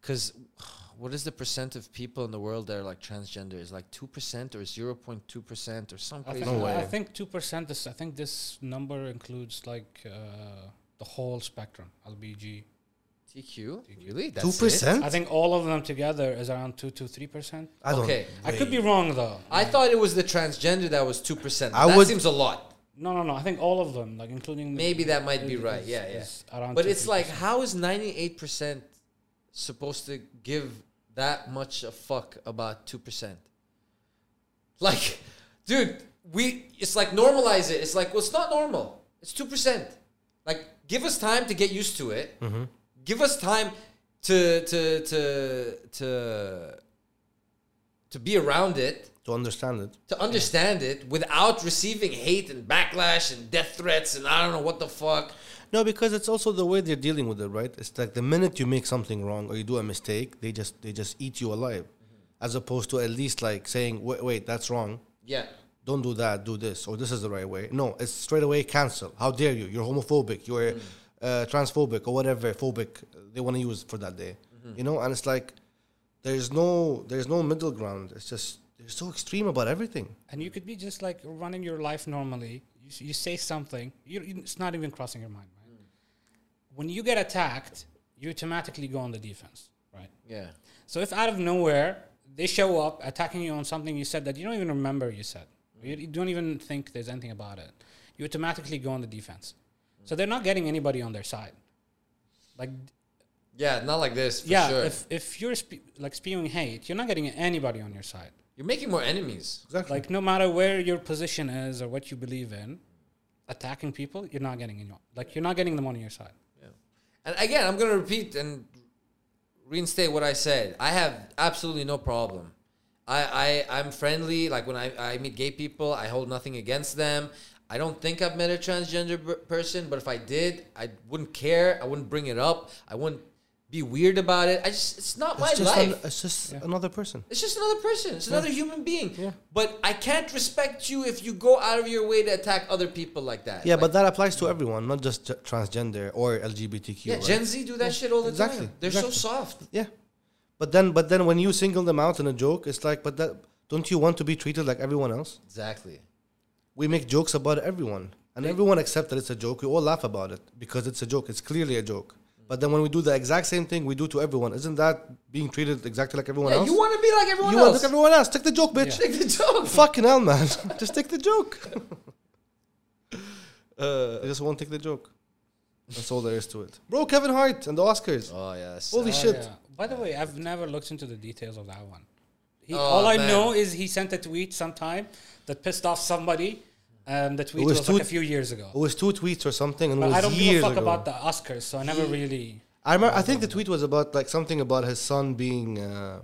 because what is the percent of people in the world that are like transgender? Is like two percent or zero point two percent or some I crazy. think, No I way. think two percent is. I think this number includes like uh, the whole spectrum. LBG. TQ? Really? That's Two it? percent? I think all of them together is around two to three percent. I don't. Okay. I could be wrong though. I thought it was the transgender that was two percent. I That would- seems a lot. No, no, no. I think all of them, like including the- Maybe that might be is- right. Yeah, yeah. is around But it's 2%. like, how is ninety eight percent supposed to give that much a fuck about two percent? Like, dude, we it's like normalize it. It's like, well, it's not normal. It's two percent. Like, give us time to get used to it. Give us time to to to to to be around it To understand it. to understand it without receiving hate and backlash and death threats and I don't know what the fuck. No, because it's also the way they're dealing with it, right? It's like the minute you make something wrong or you do a mistake, they just they just eat you alive, Mm-hmm. as opposed to at least like saying, wait, wait, that's wrong. Yeah. Don't do that. Do this, or this is the right way. No, it's straight away cancel. How dare you? You're homophobic. You're Mm. uh, transphobic or whatever phobic they want to use for that day. Mm-hmm. You know, and it's like there's no there's no middle ground. It's just they're so extreme about everything. and you could be just like running your life normally. You, s- you say something, you, you- it's not even crossing your mind. Right? When you get attacked, you automatically go on the defense, right? Yeah. So if out of nowhere they show up attacking you on something you said that you don't even remember you said, you, you don't even think there's anything about it, you automatically go on the defense. So they're not getting anybody on their side. Like Yeah, not like this for yeah, sure. if if you're spe- like spewing hate, you're not getting anybody on your side. You're making more enemies. Exactly. Like no matter where your position is or what you believe in, attacking people, you're not getting anyone. Like you're not getting them on your side. And again, I'm going to repeat and reinstate what I said. I have absolutely no problem. I, I, I'm friendly. Like when I, I meet gay people, I hold nothing against them. I don't think I've met a transgender b- person, but if I did, I wouldn't care. I wouldn't bring it up. I wouldn't be weird about it. I just, it's not my it's just, life. an- it's just another person. It's just another person. It's another human being. But I can't respect you if you go out of your way to attack other people like that. Yeah, Like, but that applies to everyone, not just t- transgender or LGBTQ. yeah, right? Gen Z do that shit all the Exactly, time. They're so soft. yeah, but then but then when you single them out in a joke, it's like, but that don't you want to be treated like everyone else? Exactly. We make jokes about everyone, and everyone accepts that it's a joke. We all laugh about it because it's a joke. It's clearly a joke. But then when we do the exact same thing we do to everyone, isn't that being treated exactly like everyone Yeah, else? you want to be like everyone You want else. to look everyone else. Take the joke, bitch. Take the joke. Fucking hell, man! just take the joke. they just won't take the joke. That's all there is to it, bro. Kevin Hart and the Oscars. Oh yes. Holy shit! Yeah. By the way, I've never looked into the details of that one. He, Oh, all I man. know is he sent a tweet sometime that pissed off somebody. Um, the tweet was was, like too- a few years It ago. was two tweets or something, and it But was I don't years give a fuck ago. about the Oscars, so I never really. I remember. I think the tweet was about like something about his son being. Uh,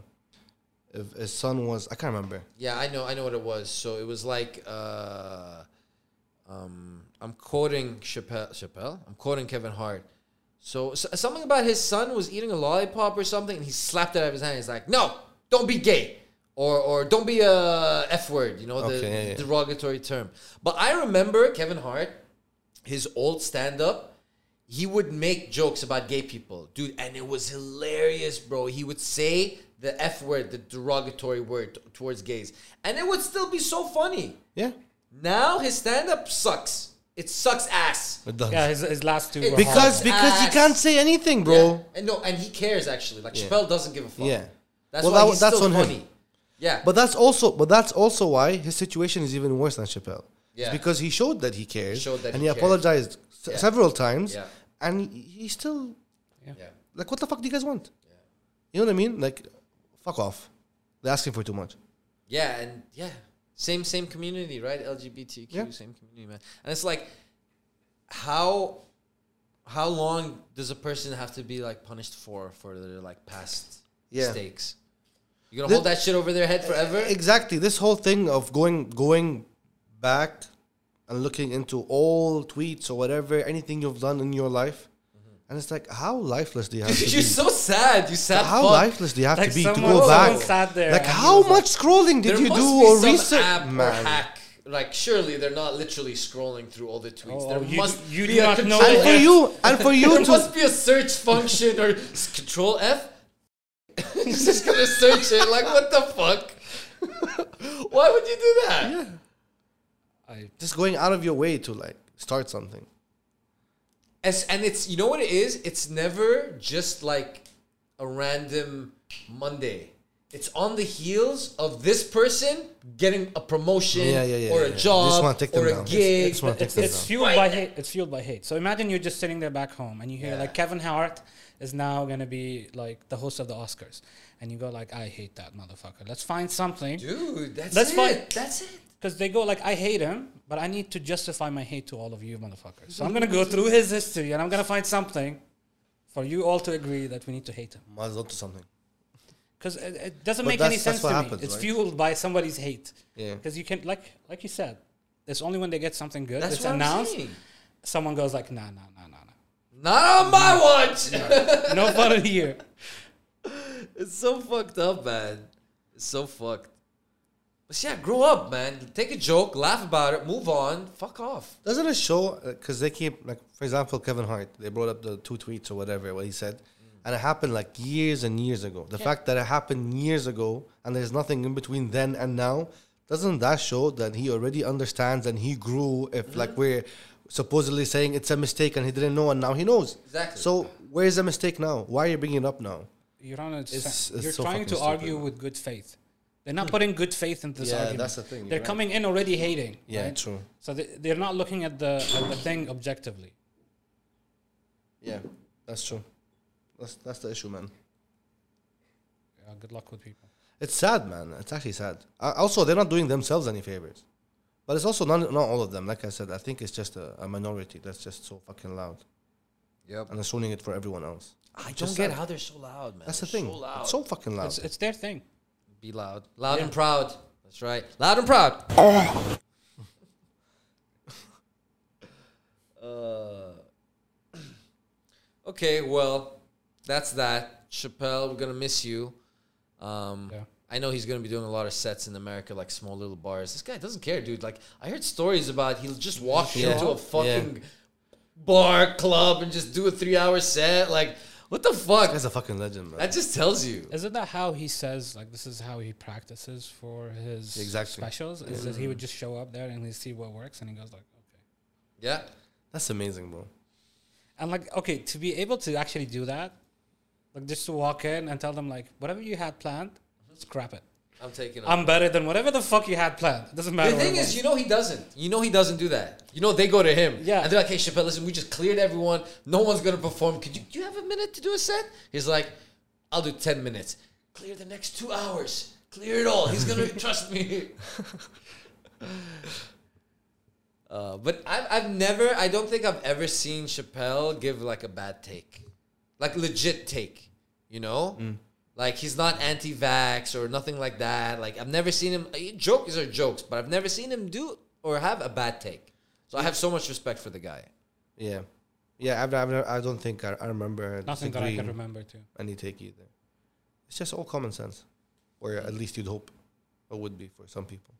if his son was, I can't remember. Yeah, I know. I know what it was. So it was like, uh, um, I'm quoting Chappelle. Chappelle. I'm quoting Kevin Hart. So, so something about his son was eating a lollipop or something, and he slapped it out of his hand. He's like, "No, don't be gay." Or, or don't be a f word, you know the Okay, yeah, yeah. derogatory term. But I remember Kevin Hart, his old stand up, he would make jokes about gay people, dude, and it was hilarious, bro. He would say the F word, the derogatory word t- towards gays, and it would still be so funny. Yeah, Now his stand up sucks. It sucks ass. it does. Yeah, his, his last two. It- were Because Hard. horrible. because you Ass. can't say anything, bro. Yeah. And no, and he cares actually. Like Chappelle doesn't give a fuck. Yeah. That's Well, why that- he's that's still on him. funny. Yeah. But that's also but that's also why his situation is even worse than Chappelle. It's Yeah. because he showed that he cares, Showed that and he he, cares. apologized s- Yeah. several times, Yeah. and he still yeah. like, what the fuck do you guys want? You know what I mean? Like, fuck off. They're asking for too much. Yeah, and yeah. Same same community, right? LGBTQ, Yeah. same community, man. And it's like, how how long does a person have to be like punished for for their like past Yeah. mistakes? You gonna Thi- hold that shit over their head forever? Exactly. This whole thing of going going back and looking into all tweets or whatever, anything you've done in your life, and it's like how lifeless do you have to You're be? so sad. You sad. How fuck. lifeless do you have Like to be to someone- go someone back? sat there like and he how was like- much scrolling did There you must do be or some research? app or Man. hack. Like surely they're not literally scrolling through all the tweets. Oh, there you- must you be do a not know control And for F. you, and for you there to, must be a search function or s- control F. He's just gonna search it. Like what the fuck? Why would you do that? I, just going out of your way to like start something. As, and it's you know what it is? It's never just like a random Monday. It's on the heels of this person getting a promotion Yeah, yeah, yeah, or yeah, a yeah. They just job wanna take them or a down. They gig. just wanna take it's, them it's down. fueled by hate. It's fueled by hate. So imagine you're just sitting there back home and you hear Yeah. like Kevin Hart is now gonna be like the host of the Oscars, and you go like, I hate that motherfucker. Let's find something Dude, that's, That's it. fine. That's it. because they go like, I hate him, but I need to justify my hate to all of you motherfuckers. So I'm gonna go through his history and I'm gonna find something for you all to agree that we need to hate him. Might as well do something. because it, it doesn't But make any that's- that's sense to what me. happens, it's right? fueled by somebody's hate. Yeah. Because you can, like, like you said, it's only when they get something good, That's it's what I'm announced. saying. Someone goes like, nah, nah, nah, nah, Not on my watch. nah. no fun here. It's so fucked up, man. It's so fucked. But yeah, grow up, man. Take a joke, laugh about it, move on, fuck off. Doesn't it show? Because they keep like, for example, Kevin Hart. They brought up the two tweets or whatever what he said, and it happened like years and years ago. The fact that it happened years ago and there's nothing in between then and now, doesn't that show that he already understands and he grew? If like we're supposedly saying it's a mistake and he didn't know and now he knows. Exactly. So where's the mistake now? Why are you bringing it up now? You're on a, It's- you're it's so trying fucking to stupid, argue man. with good faith. They're not putting good faith into this Yeah, argument. that's the thing, you're They're right. coming in already hating. Yeah, right? true. So they, they're not looking at the at the thing objectively. Yeah, that's true. That's that's the issue, man. Yeah, Uh, good luck with people. It's sad, man. It's actually sad. Uh, also, they're not doing themselves any favors. But it's also not not all of them. Like I said, I think it's just a, a minority that's just so fucking loud Yep. and assuming it for everyone else. I don't Just get that- how they're so loud, man. That's the They're thing. So loud. It's so fucking loud. It's, it's their thing. Be loud. Loud and proud. That's right. Loud and proud. uh, okay, well, that's that. Chappelle, we're going to miss you. Um, Yeah. I know he's going to be doing a lot of sets in America, like small little bars. This guy doesn't care, dude. Like, I heard stories about he'll just walk Yeah. into a Yeah. fucking bar, club, and just do a three hour set. Like, what the fuck? That's a fucking legend, man. That just tells you. Isn't that how he says like this is how he practices for his Exactly. specials? Is that he would just show up there and he see what works and he goes like okay. Yeah. That's amazing, bro. And like okay, to be able to actually do that, like just to walk in and tell them like whatever you had planned, scrap it. I'm taking off. I'm better than whatever the fuck you had planned. It doesn't matter. the what it thing was. is, you know he doesn't. You know he doesn't do that. You know they go to him. Yeah. And they're like, hey, Chappelle, listen, we just cleared everyone. No one's going to perform. Could you, do you have a minute to do a set? He's like, I'll do 10 minutes. Clear the next two hours. Clear it all. He's going to trust me. Uh, but I've, I've never, I don't think I've ever seen Chappelle give like a bad take. Like legit take, you know? Like he's not anti vax or nothing like that. Like I've never seen him, eh, jokes are jokes, but I've never seen him do or have a bad take. So I have so much respect for the guy. Yeah. Yeah, I've, I've, never- I don't think I, I remember nothing that I can disagreeing remember too. any take either. It's just all common sense, or at least you'd hope or would be for some people.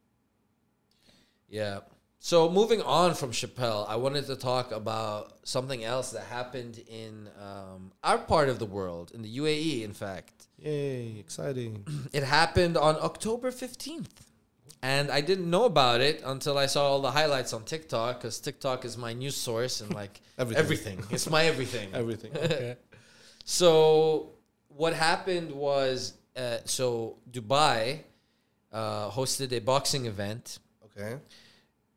Yeah. So moving on from Chappelle, I wanted to talk about something else that happened in um, our part of the world, in the UAE, in fact. Yay, exciting. It happened on October 15th. And I didn't know about it until I saw all the highlights on TikTok because TikTok is my news source and like Everything. everything. It's my everything. Everything. So what happened was, uh, so Dubai uh, hosted a boxing event Okay.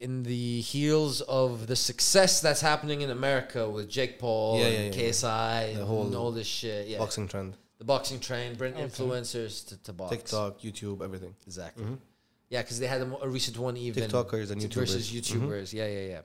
in the heels of the success that's happening in America with Jake Paul Yeah, and yeah, yeah. KSI The and whole all this shit. Yeah, Boxing trend. the boxing trend, bring influencers to, to box. TikTok, YouTube, everything. Mm-hmm. exactly. Yeah, because they had a, mo- a recent one even TikTokers and t- versus YouTubers. Mm-hmm. YouTubers. Yeah, yeah, yeah.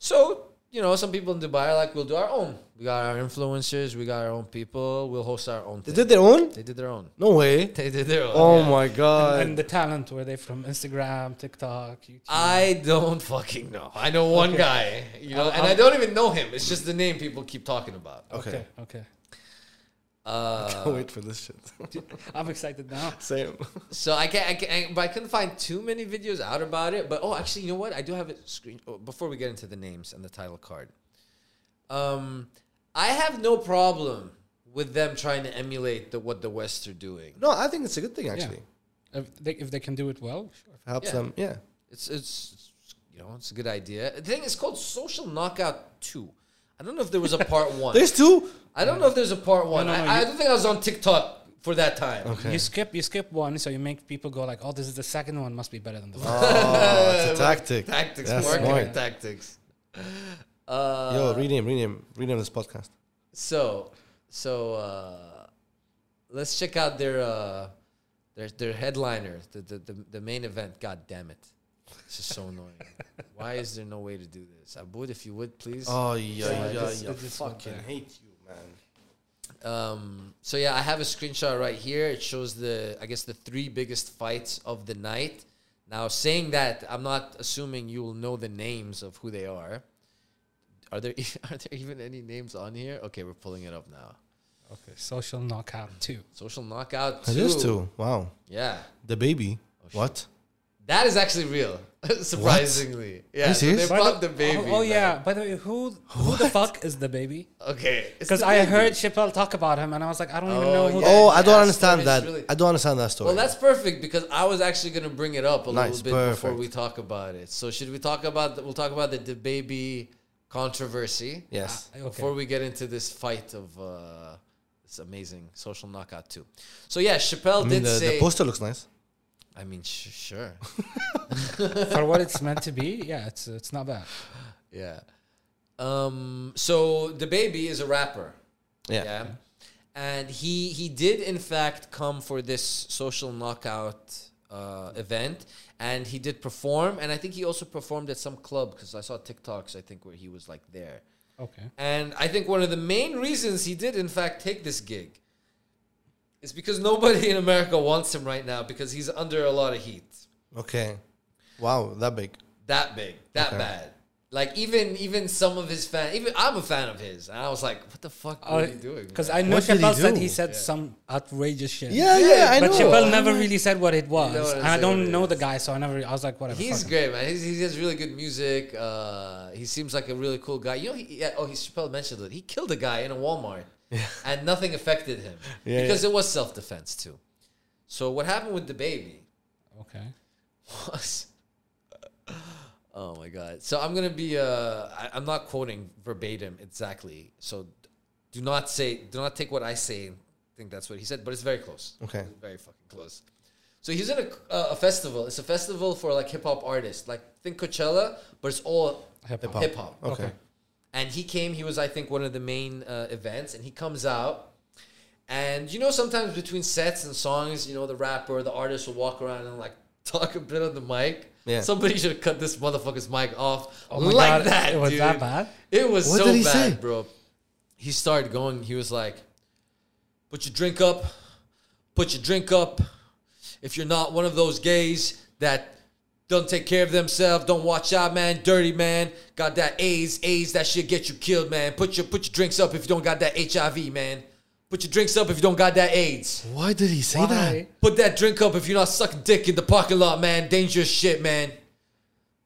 So you know, some people in Dubai are like, we'll do our own. We got our influencers. We got our own people. We'll host our own. They Thing. did their own? They did their own. No way. They did their own. Oh yeah. my god. and the talent were they from Instagram, TikTok, YouTube? I don't fucking know. I know one guy, you know, and I don't even know him. It's just the name people keep talking about. okay. okay. Uh, wait for this shit. I'm excited now. Same. so I can't, I can't, I- but I couldn't find too many videos out about it. But oh, actually, you know what? I do have a screen oh, before we get into the names and the title card. Um, I have no problem with them trying to emulate the what the West are doing. No, I think it's a good thing actually. If they, if they can do it well, sure. Helps Yeah. them. Yeah. It's, it's it's you know it's a good idea. The thing is called Social Knockout Two. I don't know if there was a part one. There's two. I don't know if there's a part one. no, no, I, I you- don't think I was on TikTok for that time. You skip you skip one, so you make people go like, "Oh, this is the second one. Must be better than the first." Oh, it's a tactic. Tactics, That's marketing smart. tactics. Yo, rename, rename, rename this podcast. So, so uh, let's check out their uh, their their headliner, the the, the the main event. God damn it, this is so annoying. Why is there no way to do this? Abud, if you would please. Oh yeah, yeah, I yeah. just- I just went fucking there. hate you, man. Um, so yeah, I have a screenshot right here. It shows the I guess the three biggest fights of the night. Now, saying that, I'm not assuming you will know the names of who they are. Are there e- are there even any names on here? Okay, we're pulling it up now. Okay, social knockout two. Social knockout. It two. is two. Oh, Wow. Yeah, The baby. what? that is actually real. Surprisingly, yeah. you so they serious? brought the baby. Oh, oh, like- yeah. By the way, who who the fuck is the baby? Okay. it's Because the I baby. heard Chappelle talk about him, and I was like, I don't even know who. yeah. oh, I don't yeah, understand it's that. really- I don't understand that story. Well, that's perfect because I was actually going to bring it up a Nice, little bit before perfect. we talk about it. So should we talk about? The, we'll talk about the, the baby controversy. yes. Okay. Before we get into this fight of uh, this amazing social knockout too. So yeah, Chappelle I mean, did the, say. the poster looks nice. I mean, sh- sure. for what it's meant to be, yeah, it's it's not bad. yeah. Um. So the baby is a rapper. Yeah. yeah and he he did in fact come for this social knockout uh, event and he did perform and i think he also performed at some club because i saw tiktoks i think where he was like there Okay. and i think one of the main reasons he did in fact take this gig is because nobody in america wants him right now because he's under a lot of heat Okay. Wow, that big. that big, that bad. Like even even some of his fan, even I'm a fan of his, and I was like, "What the fuck are you doing?" Because man?" I know What did he Chappelle said do? he said some outrageous shit. Yeah, yeah, I but know. Chappelle never really said what it was, doesn't and I say what it don't know the is. guy, so I never. I was like, whatever. He's fuck it. great, man. He's, he has really good music. Uh, he seems like a really cool guy. You know, he, yeah, oh, he Chappelle mentioned it. He killed a guy in a Walmart, and nothing affected him Yeah, because it was self defense too. So what happened with the baby Okay. was, oh my god. So I'm gonna be. Uh, I, I'm not quoting verbatim exactly. So do not say. Do not take what I say. and Think that's what he said, but it's very close. Okay. It's very fucking close. So he's in a, uh, a festival. It's a festival for like hip hop artists, like think Coachella, but it's all hip Hip-hop. hop. Hip hop. Okay. And he came. He was, I think, one of the main uh, events, and he comes out. And you know, sometimes between sets and songs, you know, the rapper, the artist will walk around and like talk a bit on the mic. Yeah. Somebody should have cut this motherfucker's mic off Oh my like God, that. it was dude. that bad? It was What so did he bad, say? bro. He started going. He was like, "Put your drink up. Put your drink up. If you're not one of those gays that." Don't take care of themselves. Don't watch out, man. Dirty man. Got that AIDS. AIDS. That shit get you killed, man. Put your put your drinks up if you don't got that HIV, man. Put your drinks up if you don't got that AIDS. Why did he say that? Put that drink up if you're not sucking dick in the parking lot, man. Dangerous shit, man.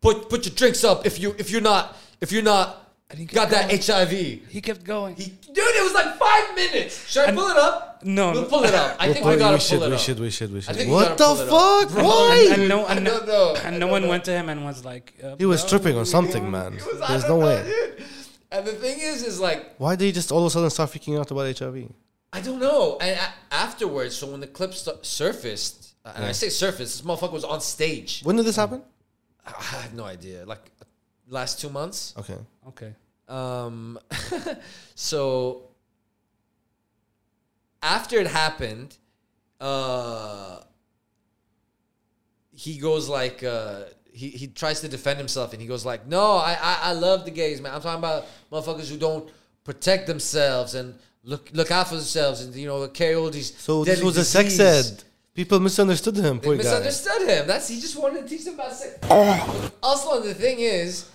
Put put your drinks up if you if you're not if you're not didn't get got that going. HIV. He, He kept going. dude, it was like five minutes. Should I pull it up? No, we'll no. pull it up. I think we gotta we pull should, it we up. should, we should, we should. think we What the gotta pull fuck? and, Why? and no, and I no, don't know. and no one went to him and was like, uh, He was tripping on something, man. It was- I There's no don't know, way. dude. And the thing is, is like Why did he just all of a sudden start freaking out about HIV? I don't know. And a- afterwards, so when the clip stu- surfaced, uh, and I say surfaced, this motherfucker was on stage. When did this happen? I have no idea. Like last two months. Okay. Okay. Um, so after it happened, uh, he goes like uh, he he tries to defend himself and he goes like, no, I, I I love the gays, man. I'm talking about motherfuckers who don't protect themselves and look look out for themselves and you know carry all these. So this deadly was a sex disease. ed. People misunderstood him. They Poor guy. misunderstood him. That's he just wanted to teach them about sex. also, the thing is,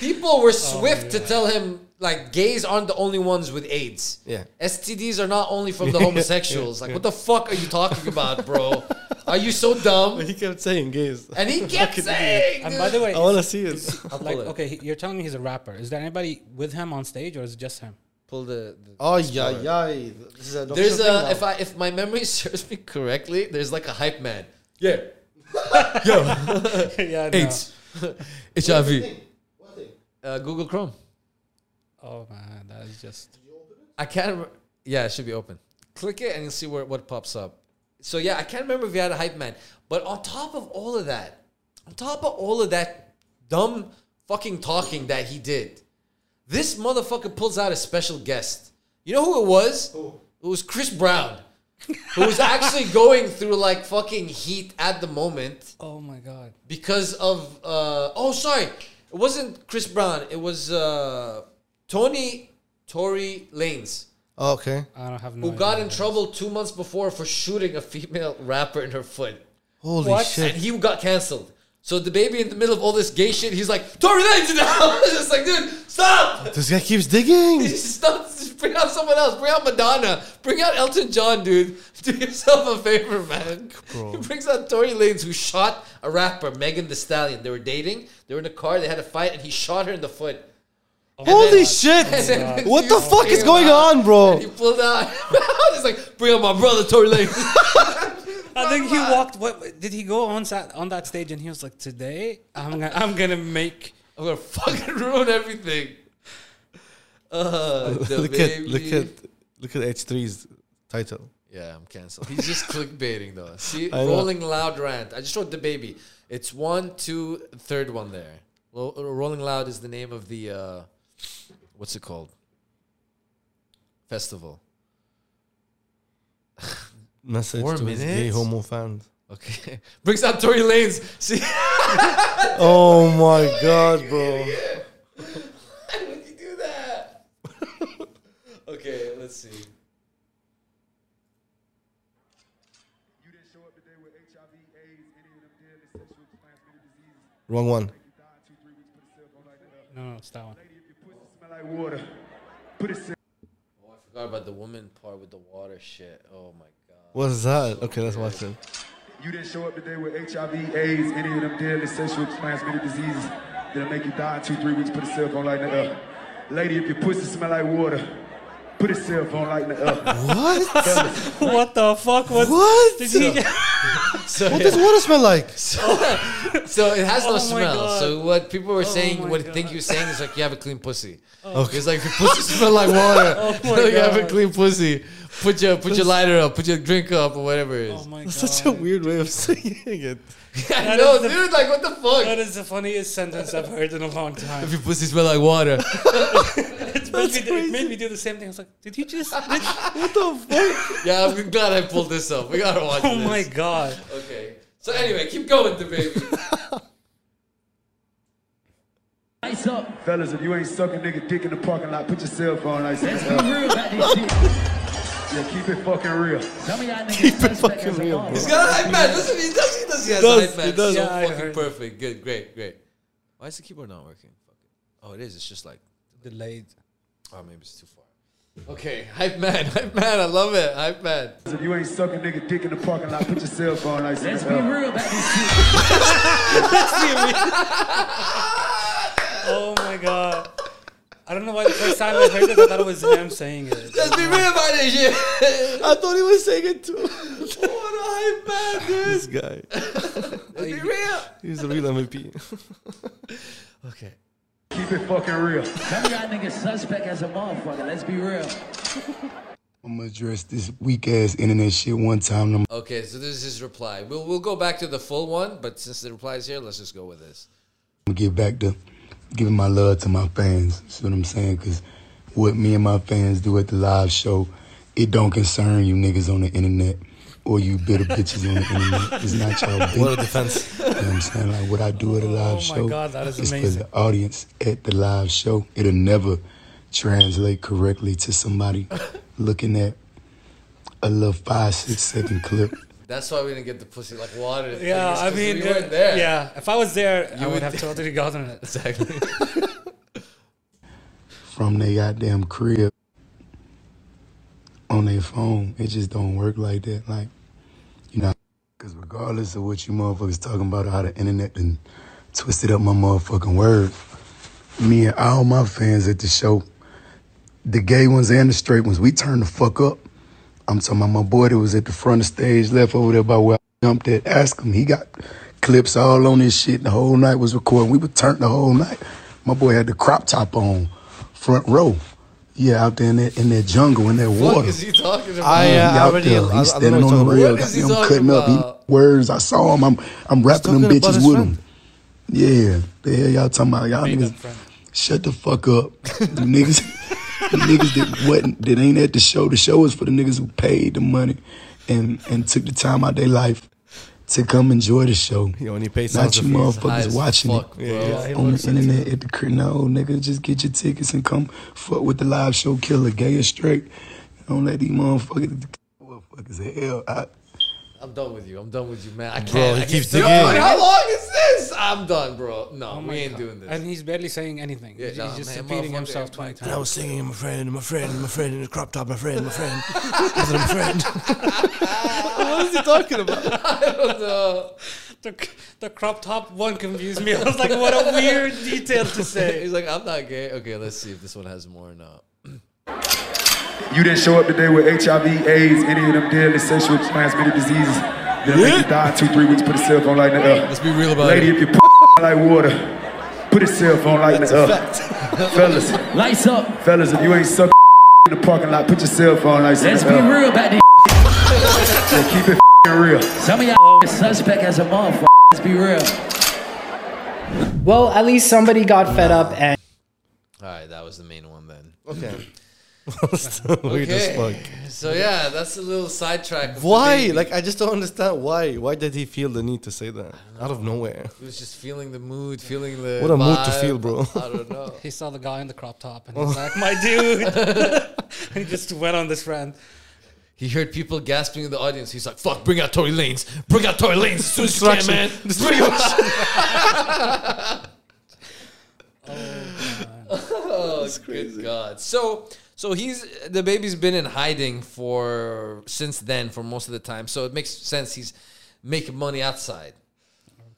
people Oh were swift to tell him like gays aren't the only ones with AIDS. Yeah. STDs are not only from the homosexuals. like, what the fuck are you talking about, bro? are you so dumb? He kept saying gays. And he kept saying, And dude, by the way, I want to see it. I'll pull like it. okay, he- you're telling me he's a rapper. Is there anybody with him on stage, or is it just him? pull the. the Oh yeah, yeah. This is a there's a if I if my memory serves me correctly, there's like a hype man. Yeah, yeah, no. AIDS, HIV. Uh, Google Chrome. Oh man, that is just I can't. Remember. Yeah, it should be open. Click it and you'll see where what pops up. So yeah, I can't remember if you had a hype man. But on top of all of that, on top of all of that dumb fucking talking that he did, this motherfucker pulls out a special guest. You know who it was? It was Chris Brown, who was actually going through like fucking heat at the moment oh my god. because of uh, oh sorry it wasn't chris brown it was uh, tony tory lanes oh, okay. Uh, I don't have no. who got idea. in trouble two months before for shooting a female rapper in her foot Holy What? and shit! he got canceled so the baby in the middle of all this gay shit he's like tory lanes now it's just like dude stop This guy keeps digging. Stop! Bring out someone else. Bring out Madonna. Bring out Elton John, dude. Do yourself a favor, man. He brings out Tory Lanez, who shot a rapper, Megan The Stallion. They were dating. They were in a car. They had a fight, and he shot her in the foot. Holy then- shit! And then Oh What he the fuck is came going out, on, bro? And he pulled out. He's like, "Bring out my brother, Tory Lanez." I think he walked. What did he go on that on that stage? And he was like, "Today, I'm gonna, I'm gonna make." I'm gonna fucking ruin everything. Uh, the Look at baby. look at look at H3's title. Yeah, I'm canceled. He's just clickbaiting though. See, I know. rolling loud rant. I just wrote the baby. It's one, two, third one there. Lo- Rolling loud is the name of the uh, what's it called? Festival. Message Four to his gay minutes? homo fans. Okay, brings out Tory Lanes. See, Oh my god, why bro! would you do that? okay, let's see. You didn't show up today with HIV, AIDS, any of them deadly sexual transmitted diseases. Wrong one. You died two, three weeks, put a cell phone like that up. No, no, it's that one. Lady, if your pussy smell like water, put a cell Oh, I forgot about the woman part with the water shit. Oh my god. What's that? Okay, let's watch it. You didn't show up today with HIV, AIDS, any of them deadly sexual transmitted diseases that'll make you die in two, three weeks, put a cell phone like that up. Lady, if your pussy smell like water, put a cell phone like that up. What? What the fuck was? What? Did he? So, What does water smell like? So it has Oh no my smell. God. Oh So what people were saying, my what think God. Oh. you're saying is like you have a clean pussy. Okay. It's like your pussy smell like water. my you have a God. clean pussy. Put your put your lighter up. Put your drink up or whatever it is. Oh my god! Such a weird way of saying it. I That know, is the- dude. Like what the That fuck? is the funniest sentence I've heard in a long time. If your pussy smell like water. It made, me, do- it made me do the same thing. I was like, "Did you just?" did- What the fuck? yeah, I'm glad I pulled this up. We gotta watch. oh this. my god! Okay. So anyway, keep going, the baby. Ice up. Fellas, if you ain't sucking nigga dick in the parking lot, put your cell phone like Let's that be up. real about this shit. Yeah, keep it fucking real. Some of y'all niggas Keep it suspect fucking as a real, mother. He's got a hype man. Doesn't he? Does he? Does he? Has does, a hype man. he does. So Yeah, I fucking heard. perfect. Good. Great. Great. Why is the keyboard not working? Fuck it. Oh, it is. It's just like Delayed. Oh, maybe it's too far. Okay, hype man, hype man, I love it, hype man. If you ain't sucking nigga dick in the parking lot, put your cell phone like Let's that be up. real about this shit. Oh my god! I don't know why the first time I heard it, I thought it was him saying it. Let's be real about this shit. I thought he was saying it too. what a hype man, dude. This guy. Let's be real. He's the real MVP. Okay. Keep it fucking real. Some of y'all niggas suspect as a motherfucker. Let's be real. I'm gonna address this weak ass internet shit one time. I'm Okay, so this is his reply. We'll we'll go back to the full one, but since the reply is here, let's just go with this. gonna get back to giving my love to my fans. See what I'm saying? Cause what me and my fans do at the live show, it don't concern you niggas on the internet. or you bitter bitches on the internet. It's not y'all beef. What a defense. You know what I'm saying? Like what I do at a live Oh my show. God, that is is amazing. For the audience at the live show. It'll never translate correctly to somebody looking at a little five, six second clip. That's why we didn't get the pussy like water. Yeah, I mean, we uh, weren't there. yeah. If I was there, I would would have totally gotten it. exactly. from their goddamn crib on their phone. It just don't work like that. Like, you know, because regardless of what you motherfuckers talking about, or how the internet done twisted up my motherfucking word, me and all my fans at the show, the gay ones and the straight ones, we turned the fuck up. I'm talking about my boy that was at the front of stage left over there by where I jumped at. Ask him. He got clips all on his shit. The whole night was recording. We were turned the whole night. My boy had the crop top on, front row. Yeah, out there in that in that jungle, in that What water. is he talking about? I, uh, He I out already. I, there. I He's don't standing know on the what rail. What is he Goddamn talking cutting up. about? He, words. I saw him. I'm I'm rapping them talking about bitches his with friend. him. Yeah. The hell y'all talking about? Y'all Being niggas. up front. Shut the fuck up. You niggas the niggas that wasn't that ain't at the show. The show is for the niggas who paid the money and and took the time out their life to come enjoy the show. Yeah, when you pay Not sounds you of fees. High motherfuckers as watching fuck, it bro. on the internet at the crib. No, nigga, just get your tickets and come fuck with the live show killer, gay or straight. Don't let these motherfuckers motherfuckers hell. I, I'm done with you. I'm done with you, man. I can't. he I keeps can't- digging. Yo, how long is this? I'm done, bro. No, Oh we my ain't God. doing this. And he's barely saying anything. Yeah, he's, nah, he's just man, repeating motherfucker, himself I'm 20 times. And I was singing, my friend, my friend, my friend, in a crop top, my friend, my friend, my friend. what is he talking about? the, the crop top one confused me. I was like, what a weird detail to say. He's like, I'm not gay. Okay, let's see if this one has more or not. You didn't show up today with HIV, AIDS, any of them deadly sexual transmitted diseases that'll make you die in two, three weeks. Put a cell phone light in the air. Let's be real about Lady, it. if you put like water, put a cell phone light in the air. Fellas, Lights up. fellas, if you ain't suck in the parking lot, put your cell phone lights in Let's the be air. real about this. And keep it real. Some of y'all is suspect as a motherfucker. Let's be real. Well, at least somebody got fed up and. All right, that was the main one then. Okay. Weird as fuck. Okay. So yeah, that's a little sidetrack. of the Why? baby. Like, I just don't understand why. Why did he feel the need to say that out of nowhere? He was just feeling the mood, feeling the What a mood to vibe. feel, bro. I don't know. He saw the guy in the crop top and he's like, Oh. my dude. and he just went on this rant. He heard people gasping in the audience. He's like, "Fuck, bring out Tory Lanes, bring out Tory Lanes as soon as you can, man." Bring him out. oh, good God! So, so he's the baby's been in hiding for since then for most of the time. So it makes sense he's making money outside.